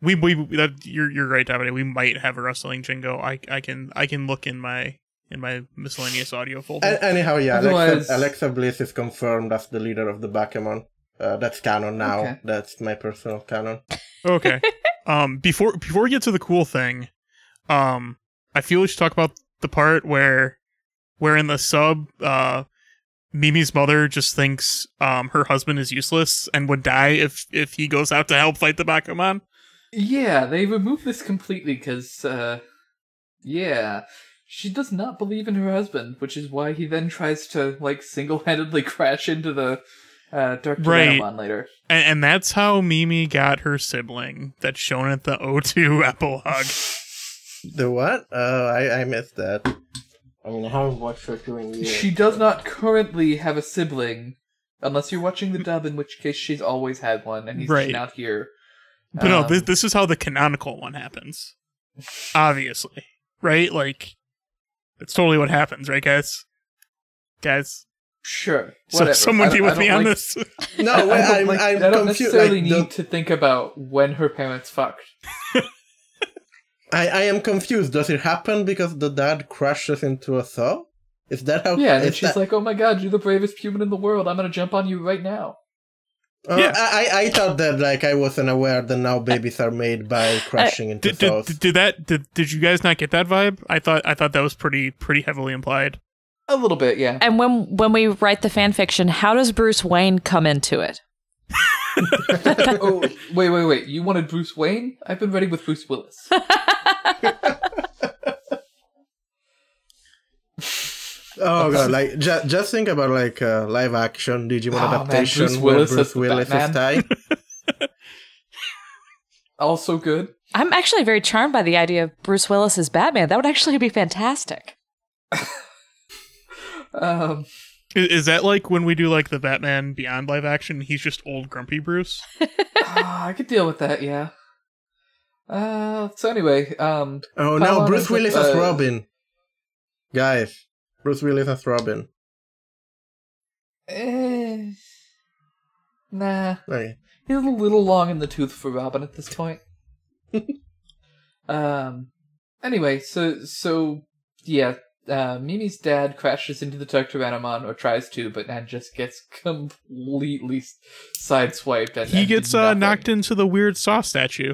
We we that you're you're right, David. We might have a wrestling jingo. I I can I can look in my in my miscellaneous audio folder. A- anyhow, yeah, Otherwise- Alexa, Alexa Bliss is confirmed as the leader of the Bakemon. Uh, that's canon now. Okay. That's my personal canon. okay. Um before before we get to the cool thing, um I feel we should talk about the part where where in the sub uh Mimi's mother just thinks um her husband is useless and would die if if he goes out to help fight the Bakuman. Yeah, they removed this completely because, uh, yeah, she does not believe in her husband, which is why he then tries to like single-handedly crash into the uh, Dark Right. Dynamon later. And, and that's how Mimi got her sibling that's shown at the O2 epilogue. The what? Oh, I, I missed that. I mean, I haven't watched for two in years. She does not currently have a sibling, unless you're watching the dub, in which case she's always had one, and he's Right. not here. But no, Um, this, this is how the canonical one happens. Obviously. Right? Like, that's totally what happens, right, guys? Guys? Sure. So, whatever. I someone don't- deal I with me don't on like- this. No, I- I wait, don't Oh, I'm, like- I'm I don't confused. necessarily Like, the- need to think about when her parents fucked. I, I am confused. Does it happen because the dad crashes into a saw? Is that how? Yeah, and then is she's that- like, "Oh my god, you're the bravest human in the world. I'm gonna jump on you right now." Oh, Yeah. I, I I thought that like I wasn't aware that now babies are made by crashing into did, did, saws. did, that? Did, did you guys not get that vibe? I thought I thought that was pretty pretty heavily implied. A little bit, yeah. And when when we write the fan fiction, how does Bruce Wayne come into it? oh, wait, wait, wait. You wanted Bruce Wayne? I've been ready with Bruce Willis. Oh god, like ju- just think about like uh, live action Digimon Oh, man, adaptation Bruce where Willis as Bruce the Willis is Batman. Ty. also good. I'm actually very charmed by the idea of Bruce Willis as Batman. That would actually be fantastic. Um, I- Is, that like when we do like the Batman Beyond live action? He's just old grumpy Bruce. ah, I could deal with that, yeah. Uh, so anyway, um, Oh Power no, Bruce Rangers, Willis as uh, Robin. Guys, Bruce Willis as Robin. eh, nah, Okay. he's a little long in the tooth for Robin at this point. Um. Anyway, so so yeah, uh, Mimi's dad crashes into the Toktoranomon or tries to, but and just gets completely s- sideswiped. And, He and gets did uh, nothing. knocked into the weird saw statue.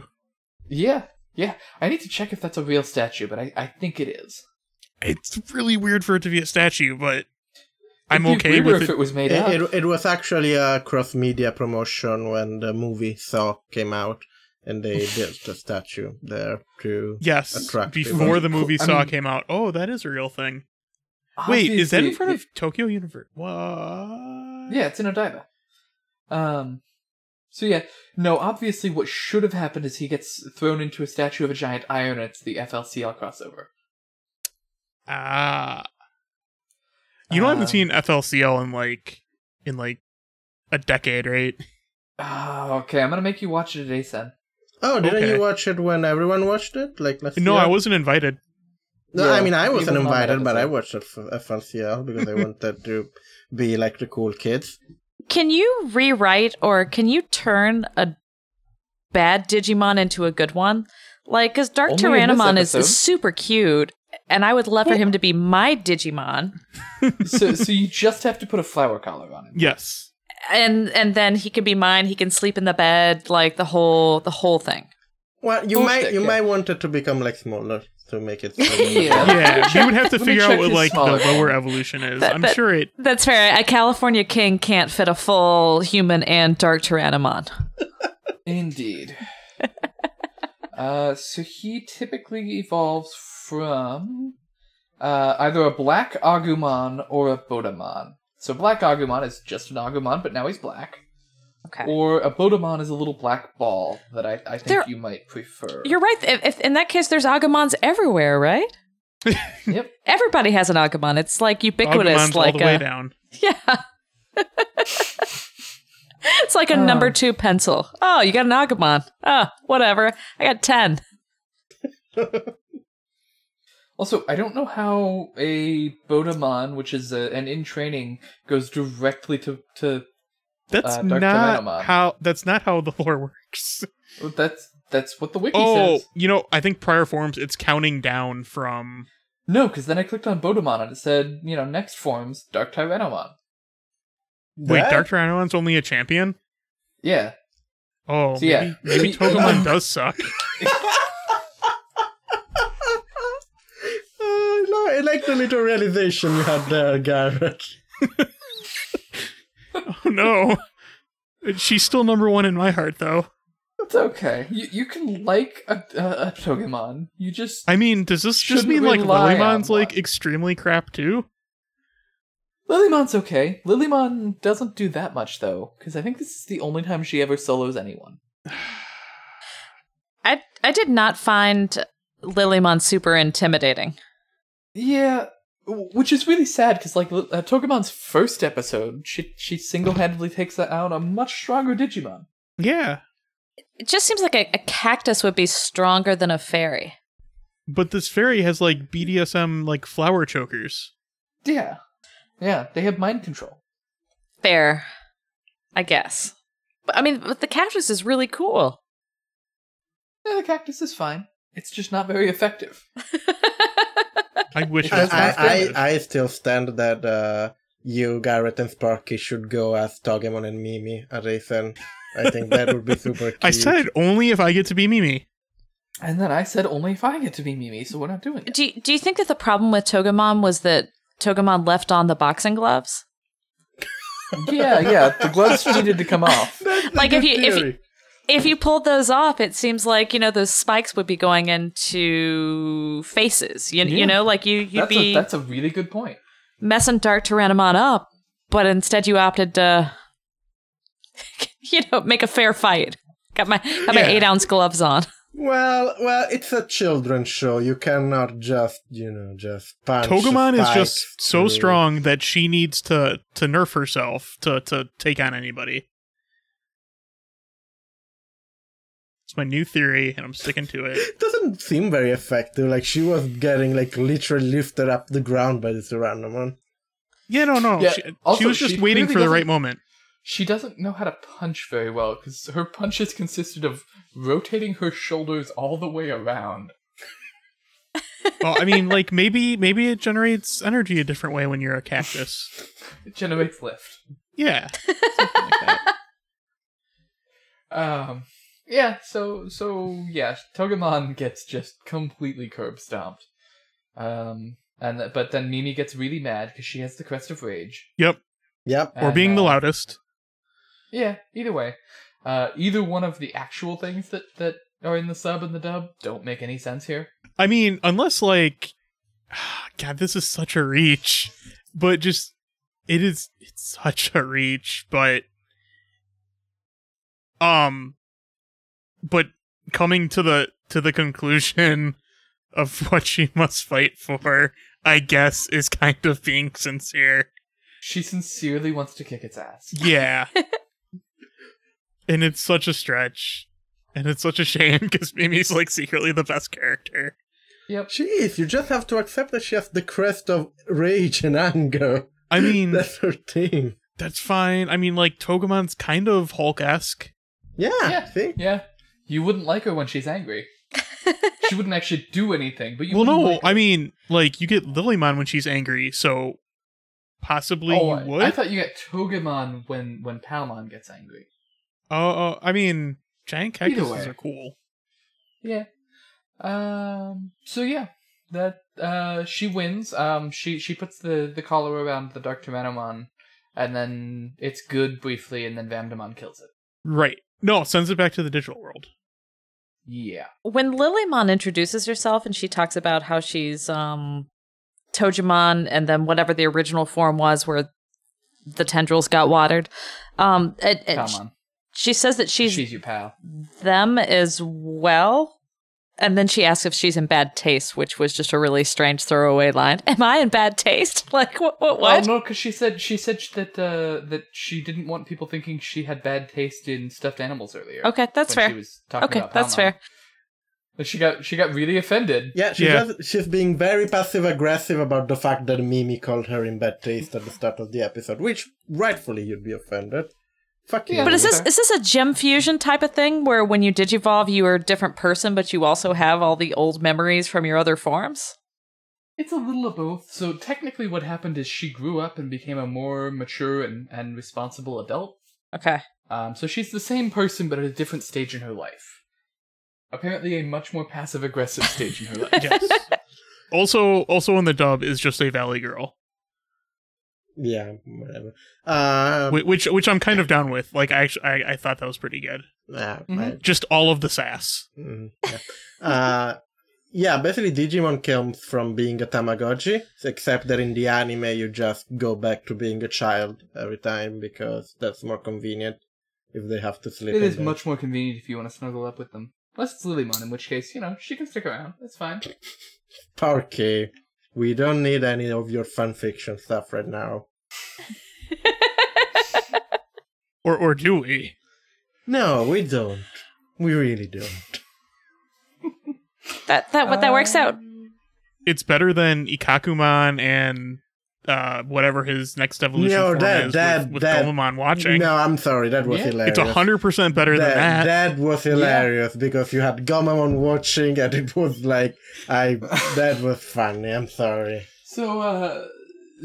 Yeah, yeah. I need to check if that's a real statue, but I I think it is. It's really weird for it to be a statue, but I'm It'd be okay weirder with if it. it, was made up. It, it, it was actually a cross media promotion when the movie Saw came out, and they built a statue there too. Yes, attractive. before the movie I Saw mean- came out. Oh, that is a real thing. Wait, is that in Obviously, front of it- Tokyo University? What? Yeah, it's in Odaiba. Um. So yeah, no. Obviously, what should have happened is he gets thrown into a statue of a giant iron. And it's the FLCL crossover. Ah. You know, I Um, haven't seen FLCL in like in like a decade, right? Oh, okay. I'm gonna make you watch it today, son. Oh, didn't Okay. you watch it when everyone watched it? Like last No, year? I wasn't invited. No, I Yeah, mean I we wasn't were not invited, but I episode. watched it for FLCL because I wanted to be like the cool kids. Can you rewrite or can you turn a bad Digimon into a good one? Like, because Dark Only in this Tyrannomon is, episode. is super cute, and I would love for him to be my Digimon, so, so you just have to put a flower collar on him. Yes. and and then he can be mine. He can sleep in the bed, like the whole the whole thing. Well, you Cool might stick, you yeah. might want it to become like smaller to make it. Yeah. Yeah, you would have to Let me figure check out what his like smaller the one. lower evolution is. That- I'm that- sure it. That's fair. A California king can't fit a full human and Dark Tyrannomon. Indeed. uh, so he typically evolves from uh, either a black Agumon or a Bodamon. So black Agumon is just an Agumon, but now he's black. Okay. Or a Bodamon is a little black ball that I, I think There- you might prefer. You're right. If, if in that case, there's Agumons everywhere, right? Yep. Everybody has an Agumon. It's like ubiquitous, Agumon's like uh, all the way a- down. yeah. it's like a number two pencil. Oh, you got an Agumon. Oh, whatever. I got ten. Also, I don't know how a Bodamon, which is a, an in training, goes directly to to That's Uh, Dark Tyrannomon. not how. That's not how the lore works. that's that's what the wiki Oh, says. you know, I think prior forms it's counting down from. No, because then I clicked on Bodamon and it said, you know, next forms, Dark Tyrannomon. Wait, That- Dark Tyrannomon's only a champion. Yeah. Oh, So, yeah, maybe, maybe- maybe Togemon does suck. Uh, no, I like the little realization you had there, Garrett. Oh no, she's still number one in my heart, though. It's okay. You you can like a, a, a Togemon. You just I mean, does this just Shouldn't mean like rely on Lilymon's one. like uh, uh, well, I mean, like maybe maybe it generates energy a different way when you're a cactus. It generates lift. Yeah. Something like that. Um, yeah, so so yeah, Togemon gets just completely curb stomped. Um, and th- but then Mimi gets really mad because she has the crest of rage. Yep. Yep. Or and, being the uh, loudest. Yeah, either way, uh, either one of the actual things that that are in the sub and the dub don't make any sense here. I mean, unless like God, this is such a reach. But just it is it's such a reach, but um but coming to the to the conclusion of what she must fight for, I guess is kind of being sincere. She sincerely wants to kick its ass. Yeah. and it's such a stretch. And it's such a shame because Mimi's like secretly the best character. Yep. She is. You just have to accept that she has the crest of rage and anger. I Hmm. mean, That's her thing. that's fine. I mean, like, Togemon's kind of Hulk esque. Yeah. Yeah. Ah, See? Yeah. You wouldn't like her when she's angry. she wouldn't actually do anything, but you Well, wouldn't no, like her. I mean, like, you get Lilymon when she's angry, so possibly Oh, you I- would. I thought you get Togemon when when Palmon gets angry. oh, oh, I mean, giant Either cactuses way. are cool. Yeah. Um. So yeah, that uh, she wins. Um. She she puts the the collar around the Dark Tyrannomon, and then it's good briefly, and then Vamdemon kills it. Right. No, sends it back to the digital world. Yeah. when Lilymon introduces herself and she talks about how she's um Tojimon and then whatever the original form was where the tendrils got watered. Um it, it- Palmon. she says that she's, She's, your pal. them as well. And then she asks if she's in bad taste, which was just a really strange throwaway line. Am I in bad taste? Like what what Well, what? no, because she said she said that uh, that she didn't want people thinking she had bad taste in stuffed animals earlier. okay, that's when fair. She was talking Okay, about that's Palmon. fair. And she got she got really offended. Yeah, she Yeah. Just, she's being very passive aggressive about the fact that Mimi called her in bad taste at the start of the episode, which rightfully you'd be offended. Fuck you. Yeah, But is it's- this Okay. is this a gem fusion type of thing where when you digivolve you are a different person, but you also have all the old memories from your other forms? It's a little of both. So technically, what happened is she grew up and became a more mature and, and responsible adult. Okay. Um, so she's the same person, but at a different stage in her life. Apparently, a much more passive aggressive stage in her life. Yes. also, also in the dub is just a Valley Girl. yeah, whatever. Um, Uh, Wh- which which I'm kind of down with. Like I actually I, I thought that was pretty good. nah, Mhm. I- Just all of the sass. Mm, yeah. uh, yeah, basically Digimon comes from being a Tamagotchi, except that in the anime you just go back to being a child every time because that's more convenient if they have to sleep. It in is bed. much more convenient if you want to snuggle up with them. Unless it's Lilymon, in which case, you know, she can stick around. That's fine. Parquet. We don't need any of your fanfiction stuff right now. Or or do we? No, we don't. We really don't. That that what that works out. Um, It's better than Ikakuman and uh whatever his next evolution No, form that- is that- with, with that- Dolemon watching. No, I'm sorry. That was Yeah. It's hilarious. it's hundred percent better than that. that was hilarious because you had Gomamon watching and it was like I that was funny, I'm sorry. So, uh,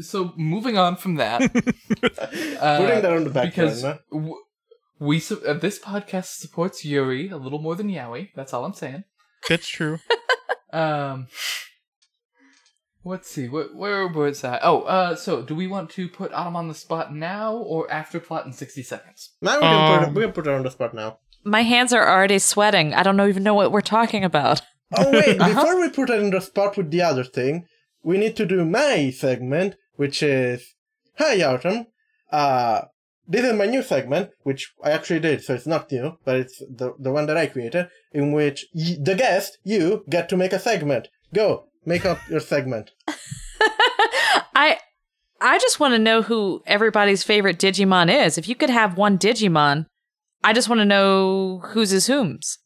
so moving on from that, uh, Putting that on the back because burner. w- we su- uh, this podcast supports Yuri a little more than Yaoi. That's all I'm saying. That's true. Um, let's see. Where, where was I? Oh, uh, so do we want to put Autumn on the spot now or after plot in sixty seconds? Now we can, put, Um, her, we can put her on the spot now. My hands are already sweating. I don't know, even know what we're talking about. Oh wait, Uh-huh. before we put her in the spot with the other thing, we need to do my segment, which is Hi Autumn. Uh this is my new segment, which I actually did, so it's not new, but it's the the one that I created, in which y- the guest, you, get to make a segment. Go, make up your segment. I I just want to know who everybody's favorite Digimon is. If you could have one Digimon, I just want to know whose is whom's.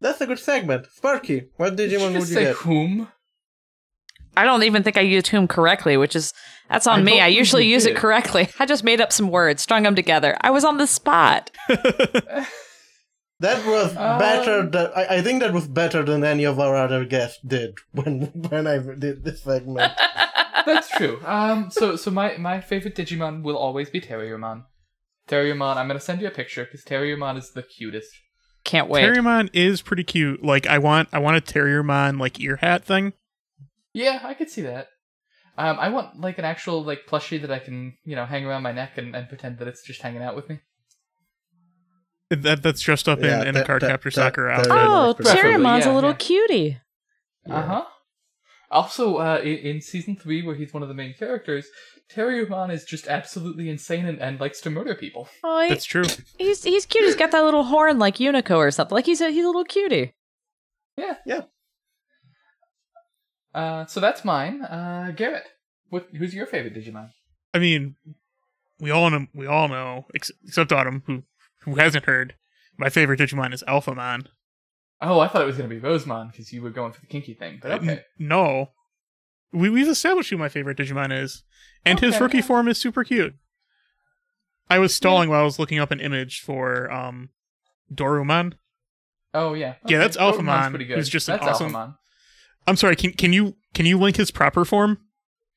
That's a good segment. Sparky, what Did Digimon you would just you say get? whom? I don't even think I used whom correctly, which is that's on I me. don't I think usually you use did. it correctly. I just made up some words, strung them together. I was on the spot. That was Um, better. Than, I, I think that was better than any of our other guests did when when I did this segment. That's true. Um, so so my my favorite Digimon will always be Terriermon. Terriermon, I'm gonna send you a picture because Terriermon is the cutest. Can't wait. Terriermon is pretty cute. Like I want I want a Terriermon like ear hat thing. Yeah, I could see that. Um, I want like an actual like plushie that I can you know hang around my neck and, and pretend that it's just hanging out with me. That that's dressed up Yeah, in, in a that- card that- captor that- soccer outfit. that- Oh, Preferably, Terrimon's yeah, a little yeah. cutie. Uh huh. Also, uh, in, in season three, where he's one of the main characters, Terriermon is just absolutely insane and, and likes to murder people. Oh, he- That's true. he's he's cute. He's got that little horn like Unico or something. Like he's a he's a little cutie. Uh, so that's mine. Uh, Garrett, what, who's your favorite Digimon? I mean, we all know we all know ex- except Autumn who who hasn't heard. My favorite Digimon is Alphamon. Oh, I thought it was gonna be Rosemon because you were going for the kinky thing, but N- okay. No. We we've established who my favorite Digimon is. And his Okay. rookie form is super cute. I was stalling while I was looking up an image for um Dorumon. Oh yeah. Okay, Yeah, that's Rosemon's Alphamon, pretty good. who's just an that's awesome- Alphamon. I'm sorry, can can you can you link his proper form?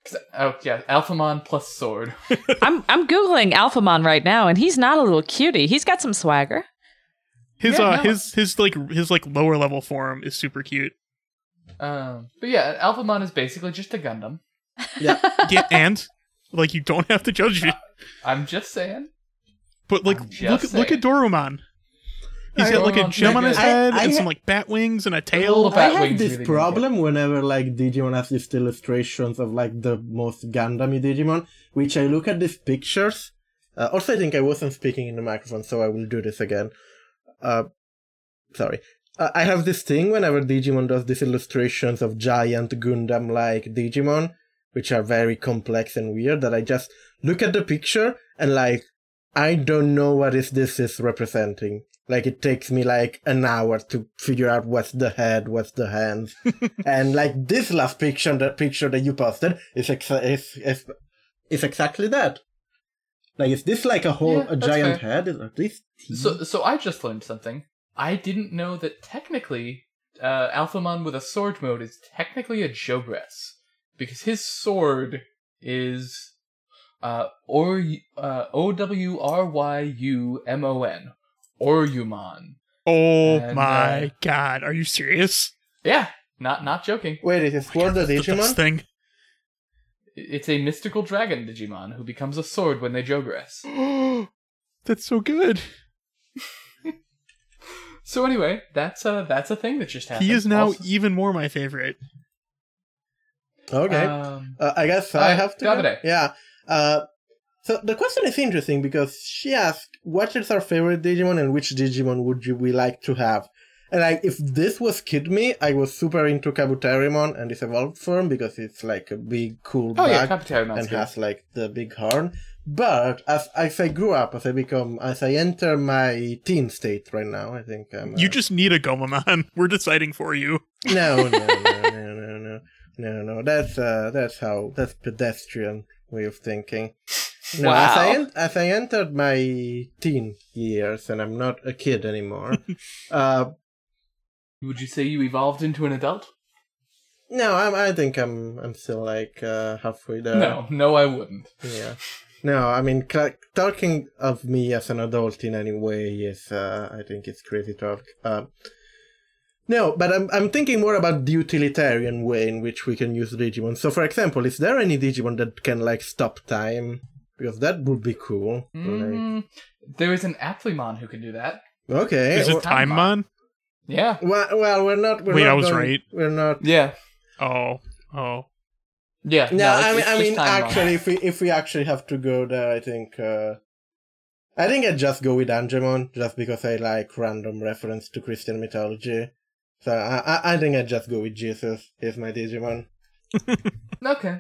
'Cause- Oh yeah, Alphamon plus sword. I'm I'm googling Alphamon right now, and he's not a little cutie. He's got some swagger. His Yeah, uh no. his his like his like lower level form is super cute. um, but yeah, Alphamon is basically just a Gundam. Yeah, and like you don't have to judge it. I'm just saying. But like I'm look just look saying. at Dorumon. He's I- got like a Dorumon's gem on pretty his good. head I- I and some ha- like bat wings and a little tail. bit- I Bat have wings this really make problem whenever like Digimon has these illustrations of like the most Gundamy Digimon, which I look at these pictures. Uh, also, I think I wasn't speaking in the microphone, so I will do this again. Uh, sorry. Uh, I have this thing whenever Digimon does these illustrations of giant Gundam like Digimon, which are very complex and weird, that I just look at the picture and like, I don't know what is this is representing. Like it takes me like an hour to figure out what's the head, what's the hands, and like this last picture, that picture that you posted is exa- is, is, is exactly that. Like is this like a whole Yeah, a that's giant fair. head? Is are these teeth? Mm-hmm. So so I just learned something. I didn't know that technically, uh, Alphamon with a sword mode is technically a Jogress because his sword is. Uh, or uh, O W R Y U M O N, Orumon. Oh And, my uh, god, are you serious? Yeah, not not joking. Wait, is Oh his sword the The best Digimon? thing. It's a mystical dragon Digimon who becomes a sword when they Jogress. That's so good. So anyway, that's a that's a thing that just happened. He is now Also- even more my favorite. Okay. Um, Uh, I guess Uh, I have to. go. Davide. Yeah. Uh, so the question is interesting because she asked, "What is our favorite Digimon, and which Digimon would you we like to have?" And like, if this was Kid Me, I was super into Kabuterimon and his evolved form because it's like a big, cool oh bag yeah, Capitarimon's and good. has like the big horn. But as as I grew up, as I become, as I enter my teen state right now, I think I'm. You uh, just need a Gomamon. We're deciding for you. no, no, no, no, no, no, no, no. That's uh, that's how that's pedestrian way of thinking. No, as I Wow. en- as I entered my teen years, and I'm not a kid anymore. uh, Would you say you evolved into an adult? no, I'm. I think I'm. I'm still like uh, halfway there. no, no, I wouldn't. Yeah. No, I mean, cl- talking of me as an adult in any way is, uh, I think it's crazy talk. Um no, but I'm, I'm thinking more about the utilitarian way in which we can use Digimon. So, for example, is there any Digimon that can, like, stop time? Because that would be cool. Like, Mm, there is an Aplymon who can do that. okay. Is it Well, Time Time Mon? Yeah. well, well, we're not. We're Wait, not I was going- right. We're not. Yeah. Oh, oh. Yeah. No, I mean, it's- I it's mean, just Time Mon. actually, if we if we actually have to go there, I think, uh, I think I'd just go with Angemon, just because I like random reference to Christian mythology. So I I, I think I'd just go with Jesus. Is my Digimon. Okay.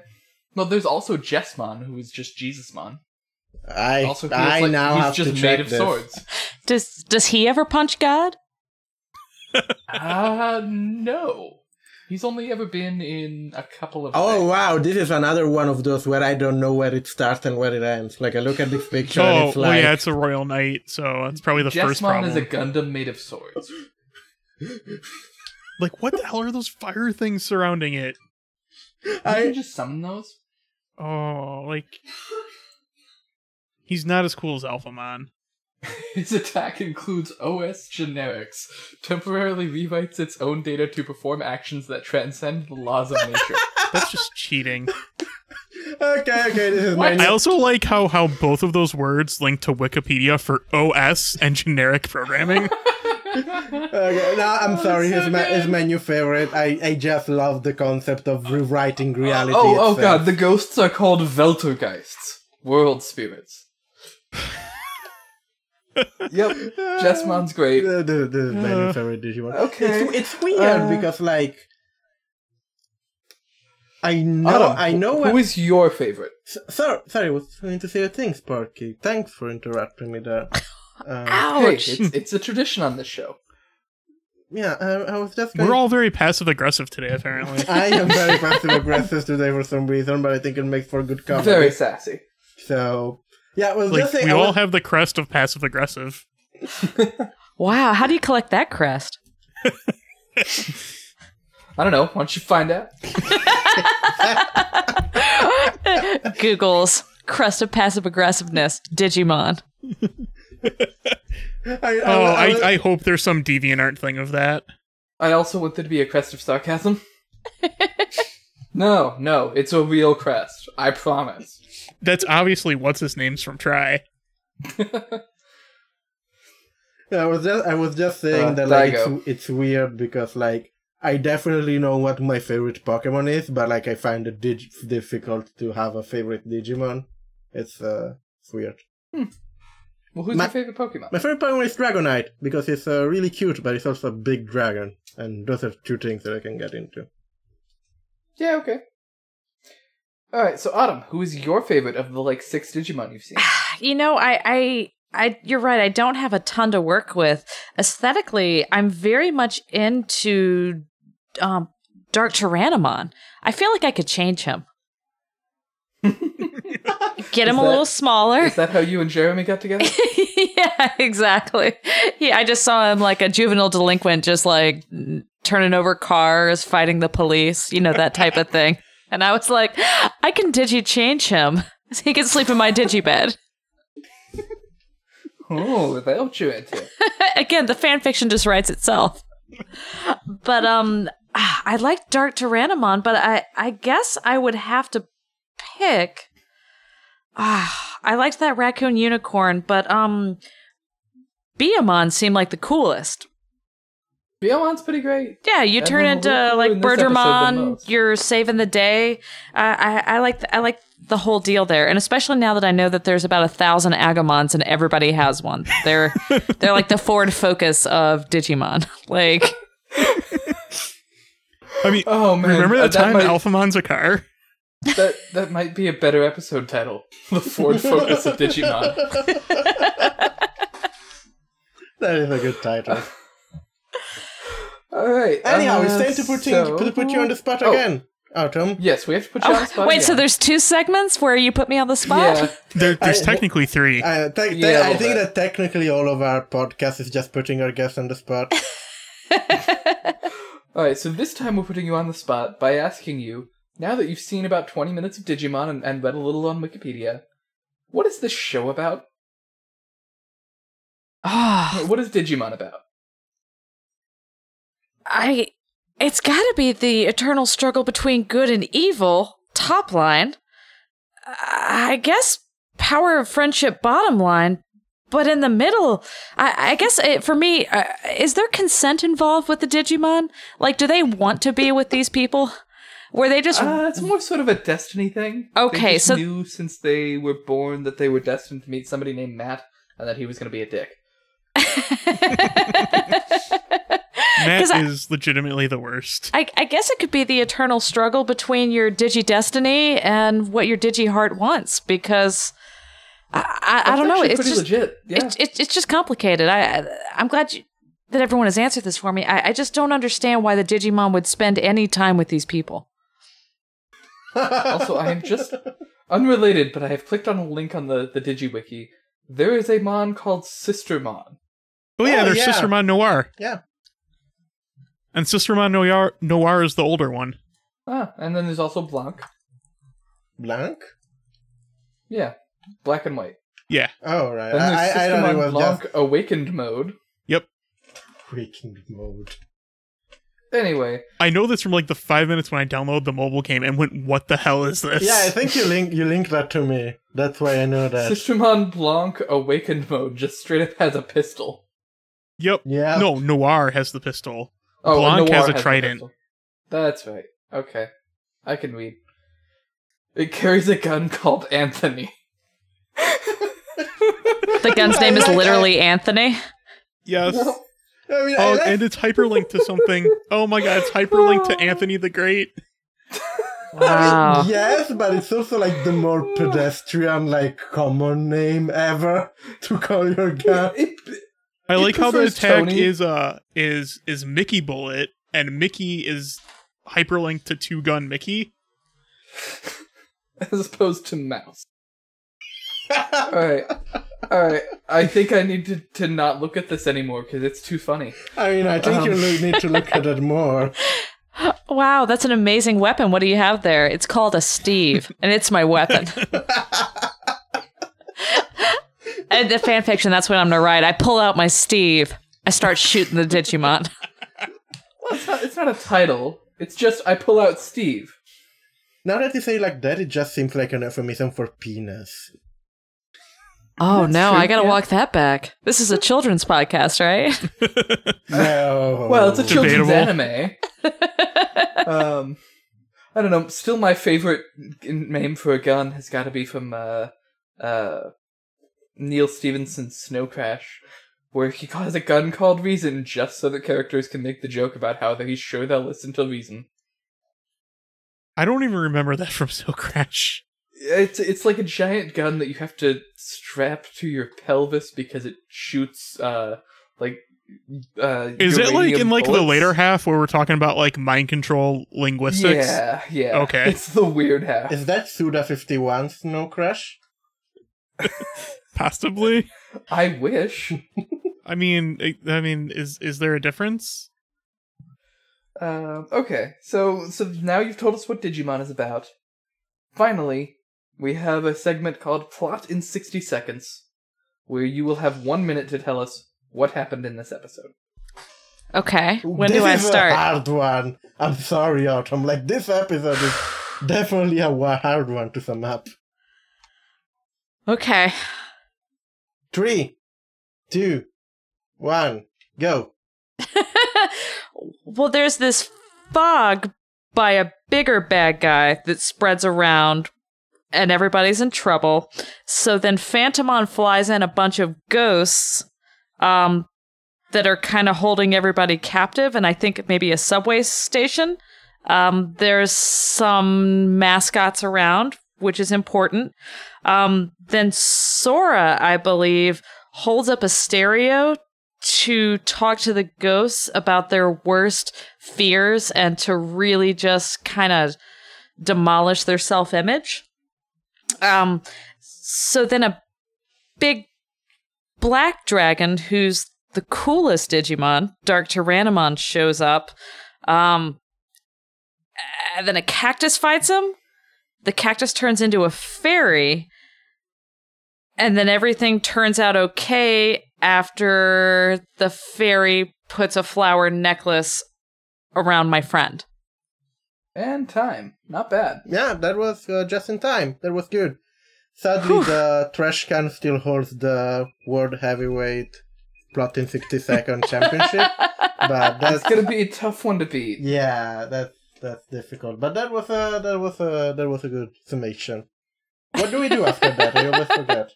Well, there's also Jessmon, who is just Jesusmon. I Also, feels I like now he's have just to made check of this. swords. Does does he ever punch God? Uh, no. He's only ever been in a couple of. Oh wow, this is another one of those where I don't know where it starts and where it ends. Like I look at this picture and Oh, it's well, like yeah, it's a royal knight, so it's probably the first Jessmon problem. is a Gundam made of swords. Like, what the hell are those fire things surrounding it? I I- can just summon those. Oh, like he's not as cool as Alphamon. His attack includes OS generics, temporarily rewrites its own data to perform actions that transcend the laws of nature. That's just cheating. okay, okay, this is my I also like how how both of those words link to Wikipedia for OS and generic programming. Okay, no, I'm sorry. so It's my, it's good. my new favorite. I, I just love the concept of rewriting reality. oh, oh itself. god, the ghosts are called Veltergeists, world spirits. yep, Jessmon's great. Uh, This, this is my new Uh, favorite Digimon. Hmm. okay. it's, it's weird Uh, because like I know, Adam, I know. Who is your favorite? S- Sorry, sorry, I was going to say a thing, Sparky. Thanks for interrupting me there. Um, Hey, Ouch. it's, it's a tradition on this show. yeah, I, I was just. Going We're all very passive aggressive today, apparently. I am very passive aggressive today for some reason, but I think it makes for good comedy. Very sassy. So yeah, I was Like just saying. we I all was- have the crest of passive aggressive. Wow. How do you collect that crest? I don't know. Why don't you find out? Google's crest of passive aggressiveness, Digimon. I, Oh, I, was- I, I hope there's some deviant thing of that. I also want there to be a crest of sarcasm. no, no, it's a real crest. I promise. That's obviously what's his name's from Try. Yeah, I was just I was just saying Uh, that like Daigo. it's, it's weird because like I definitely know what my favorite Pokemon is, but like I find it dig- difficult to have a favorite Digimon. It's uh it's weird. Well, who's My- your favorite Pokemon? My favorite Pokemon is Dragonite because it's uh, really cute, but it's also a big dragon, and those are two things that I can get into. yeah, okay. All right, so Autumn, who is your favorite of the like six Digimon you've seen? You know, I, I, I, you're right. I don't have a ton to work with aesthetically. I'm very much into um, Dark Tyrannomon. I feel like I could change him. Get him Is a that- little smaller. is that how you and Jeremy got together? yeah, exactly. Yeah, I just saw him like a juvenile delinquent, just like n- turning over cars, fighting the police, you know, that type of thing. And I was like, I can digi change him. He can sleep in my digi bed. oh, that what you into? Again, the fan fiction just writes itself. But um ah, I like Dark Tyrannomon, but I I guess I would have to pick Ah, I liked that raccoon unicorn, but um Beamon seemed like the coolest. Biomon's pretty great. Yeah, you And turn then into who- who like in this episode the Berdermon. most? You're saving the day. Uh, I I like the, I like the whole deal there, and especially now that I know that there's about a thousand Agamons and everybody has one. They're they're like the Ford Focus of Digimon. Like I mean, Oh man, remember uh, that time That might, Alphamon's a car? that, that might be a better episode title. The Ford Focus of Digimon. That is a good title. Uh, All right. Anyhow, uh, it's time to put, so- in, to put you on the spot Oh, again, Oh, Autumn. Yes, we have to put you on the spot. wait, so again. there's two segments where you put me on the spot. yeah. There, there's I- technically three. Uh, te- te- Yeah, a I little bit. think that technically all of our podcast is just putting our guests on the spot. All right, so this time we're putting you on the spot by asking you, now that you've seen about 20 minutes of Digimon and, and read a little on Wikipedia, what is this show about? Ah, What is Digimon about? I it's got to be the eternal struggle between good and evil. Top line, I guess power of friendship. Bottom line, but in the middle, I, I guess it, for me, uh, is there consent involved with the Digimon? Like, do they want to be with these people? Were they just Uh, it's more sort of a destiny thing. Okay, they just so- knew since they were born that they were destined to meet somebody named Matt and that he was going to be a dick. Matt 'cause I- is legitimately the worst. I, I guess it could be the eternal struggle between your digi destiny and what your digi heart wants because I, I, I That's don't know. actually It's pretty just legit. Yeah. it's, it's it's just complicated. I, I I'm glad you that everyone has answered this for me, I, I just don't understand why the Digimon would spend any time with these people. also, I am just unrelated, but I have clicked on a link on the the DigiWiki. There is a mon called Sistermon. Oh yeah, Oh, there's yeah. Sistermon Noir, Yeah. and Sistermon Noir Noir is the older one. Ah, and then there's also Blanc. Blank? Yeah, black and white. Yeah, Oh, right. Then there's I, I, I don't know. Sistermon it was Blanc just Awakened mode. waking mode. Anyway, I know this from like the five minutes when I downloaded the mobile game and went, "What the hell is this?" Yeah, I think you link you linked that to me. That's why I know that. Sistermon Blanc Awakened mode just straight up has a pistol. Yep. Yeah. No, Noir has the pistol. Oh, and Blanc Noir has a trident. pistol. That's right. Okay, I can read. It carries a gun called Anthony. The gun's name is literally Anthony. Yes. I mean, I Oh, like- and it's hyperlinked to something. Oh my god, it's hyperlinked to Anthony the Great. Wow. yes, but it's also like the more pedestrian, like common name ever to call your gun. It- I He like how the prefers attack Tony. is uh is is Mickey Bullet and Mickey is hyperlinked to Two Gun Mickey. as opposed to mouse. Alright. Alright. I think I need to, to not look at this anymore because it's too funny. I mean, I think Um. you you need to look at it more. Wow, that's an amazing weapon. What do you have there? It's called a Steve, and it's my weapon. and the fan fiction, that's what I'm going to write. I pull out my Steve. I start shooting the Digimon. Well, it's not, it's not a title. It's just I pull out Steve. Now that you say it like that, it just seems like an euphemism for penis. Oh no, true, I got to yeah. walk that back. This is a children's podcast, right? No. Well, it's a children's Debatable. anime. um, I don't know. Still, my favorite n- name for a gun has got to be from uh, uh, Neil Stevenson's Snow Crash, where he has a gun called Reason just so that characters can make the joke about how that he's sure they'll listen to reason. I don't even remember that from Snow Crash. It's it's like a giant gun that you have to strap to your pelvis because it shoots uh like uh Is it like uranium in like the bullets. later half where we're talking about like mind control linguistics? Yeah, yeah. Okay. It's the weird half. Is that Suda 51 Snow Crash? Possibly. I wish. I mean, I- I mean, is is there a difference? Um, okay, so so now you've told us what Digimon is about. Finally, we have a segment called Plot in 60 Seconds, where you will have one minute to tell us what happened in this episode. Okay. When This do I is a start? hard one. I'm sorry, Autumn. Like, this episode is definitely a wa- hard one to sum up. Okay. Three, two, one, go. Well, there's this fog by a bigger bad guy that spreads around and everybody's in trouble. So then Phantomon flies in a bunch of ghosts um, that are kind of holding everybody captive, and I think maybe a subway station. Um, there's some mascots around, which is important. Um, then Sora, I believe, holds up a stereo to talk to the ghosts about their worst fears and to really just kind of demolish their self image. Um, so then a big black dragon who's the coolest Digimon, Dark Tyrannomon, shows up. Um, and then a cactus fights him. The cactus turns into a fairy and then everything turns out okay after the fairy puts a flower necklace around my friend. And time. Not bad. Yeah, that was uh, just in time. That was good. Sadly, the trash can still holds the World Heavyweight Plot in 60 Second Championship. But that's. It's gonna be a tough one to beat. Yeah, that's that's difficult. But that was a that was a that was a good summation. What do we do after that? I always forget.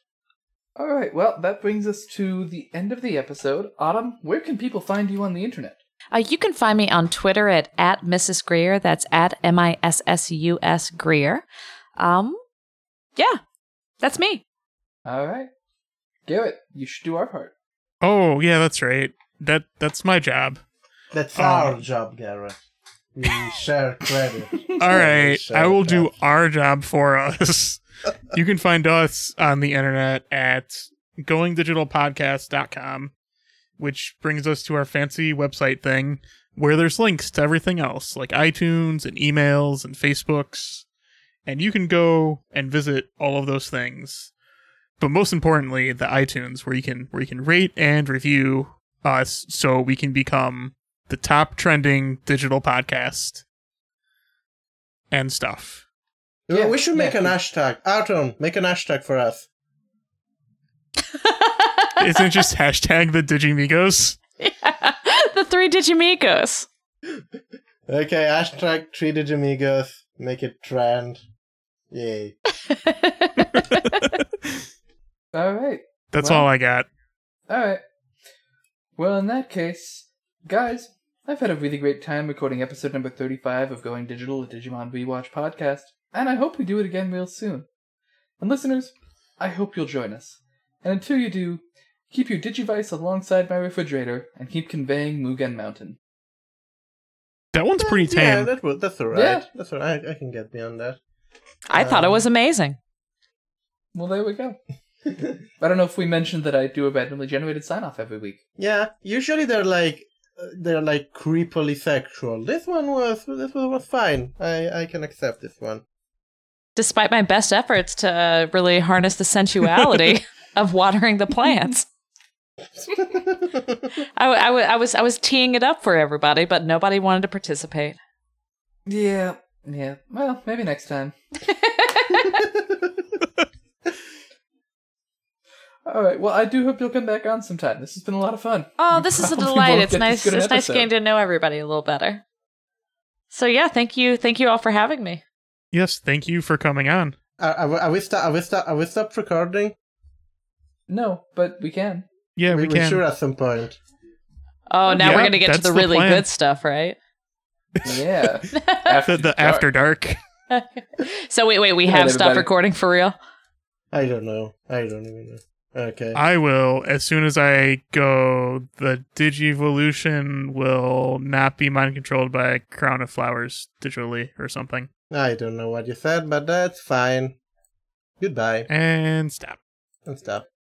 Alright, well, that brings us to the end of the episode. Autumn, where can people find you on the internet? Uh, you can find me on Twitter at, at Mrs. Greer. That's at M I S S U S Greer. Um, yeah, that's me. Alright. Garrett, you should do our part. Oh yeah, that's right. that that's my job. That's our job, Garrett. We share credit. All right, Shut I will up. do our job for us. you can find us on the internet at goingdigitalpodcast.com, which brings us to our fancy website thing where there's links to everything else, like iTunes and emails and Facebooks. And you can go and visit all of those things. But most importantly, the iTunes, where you can where you can rate and review us so we can become the top trending digital podcast and stuff. Yeah, we should make yeah. an hashtag. Artem, make an hashtag for us. Isn't it just hashtag the Digimigos? the three Digimicos. Okay, hashtag three Digimigos. Make it trend. Yay. All right. That's Wow. all I got. All right. Well, in that case, guys, I've had a really great time recording episode number 35 of Going Digital, a Digimon Rewatch podcast, and I hope we do it again real soon. And listeners, I hope you'll join us. And until you do, keep your Digivice alongside my refrigerator and keep conveying Mugen Mountain. That one's pretty Yeah, tame. that was, that's alright. Yeah. That's alright. I can get beyond that. I thought it Um, was amazing. Well, there we go. I don't know if we mentioned that I do a randomly generated sign off every week. Yeah, usually they're like uh, they're like creepily sexual. This one was this one was fine. I I can accept this one. Despite my best efforts to uh, really harness the sensuality of watering the plants, I, w- I, w- I was I was teeing it up for everybody, but nobody wanted to participate. Yeah. Yeah. Well, maybe next time. All right. Well, I do hope you'll come back on sometime. This has been a lot of fun. Oh, You this is a probably delight. won't It's get this nice. good an It's nice episode. getting to know everybody a little better. So yeah, thank you, thank you all for having me. Yes, thank you for coming on. Are, are, we- are we stop? Are we stop? Are we stop recording? No, but we can. Yeah, we, we can. should at some point. Oh, now Yeah, we're gonna get to that's the the really plan. good stuff, right? Yeah. After the, the after dark. so wait, wait, we Good have night, stopped everybody. recording for real. I don't know. I don't even know. Okay. I will as soon as I go. The Digivolution will not be mind controlled by Crown of Flowers digitally or something. I don't know what you said, but that's fine. Goodbye And stop. and stop.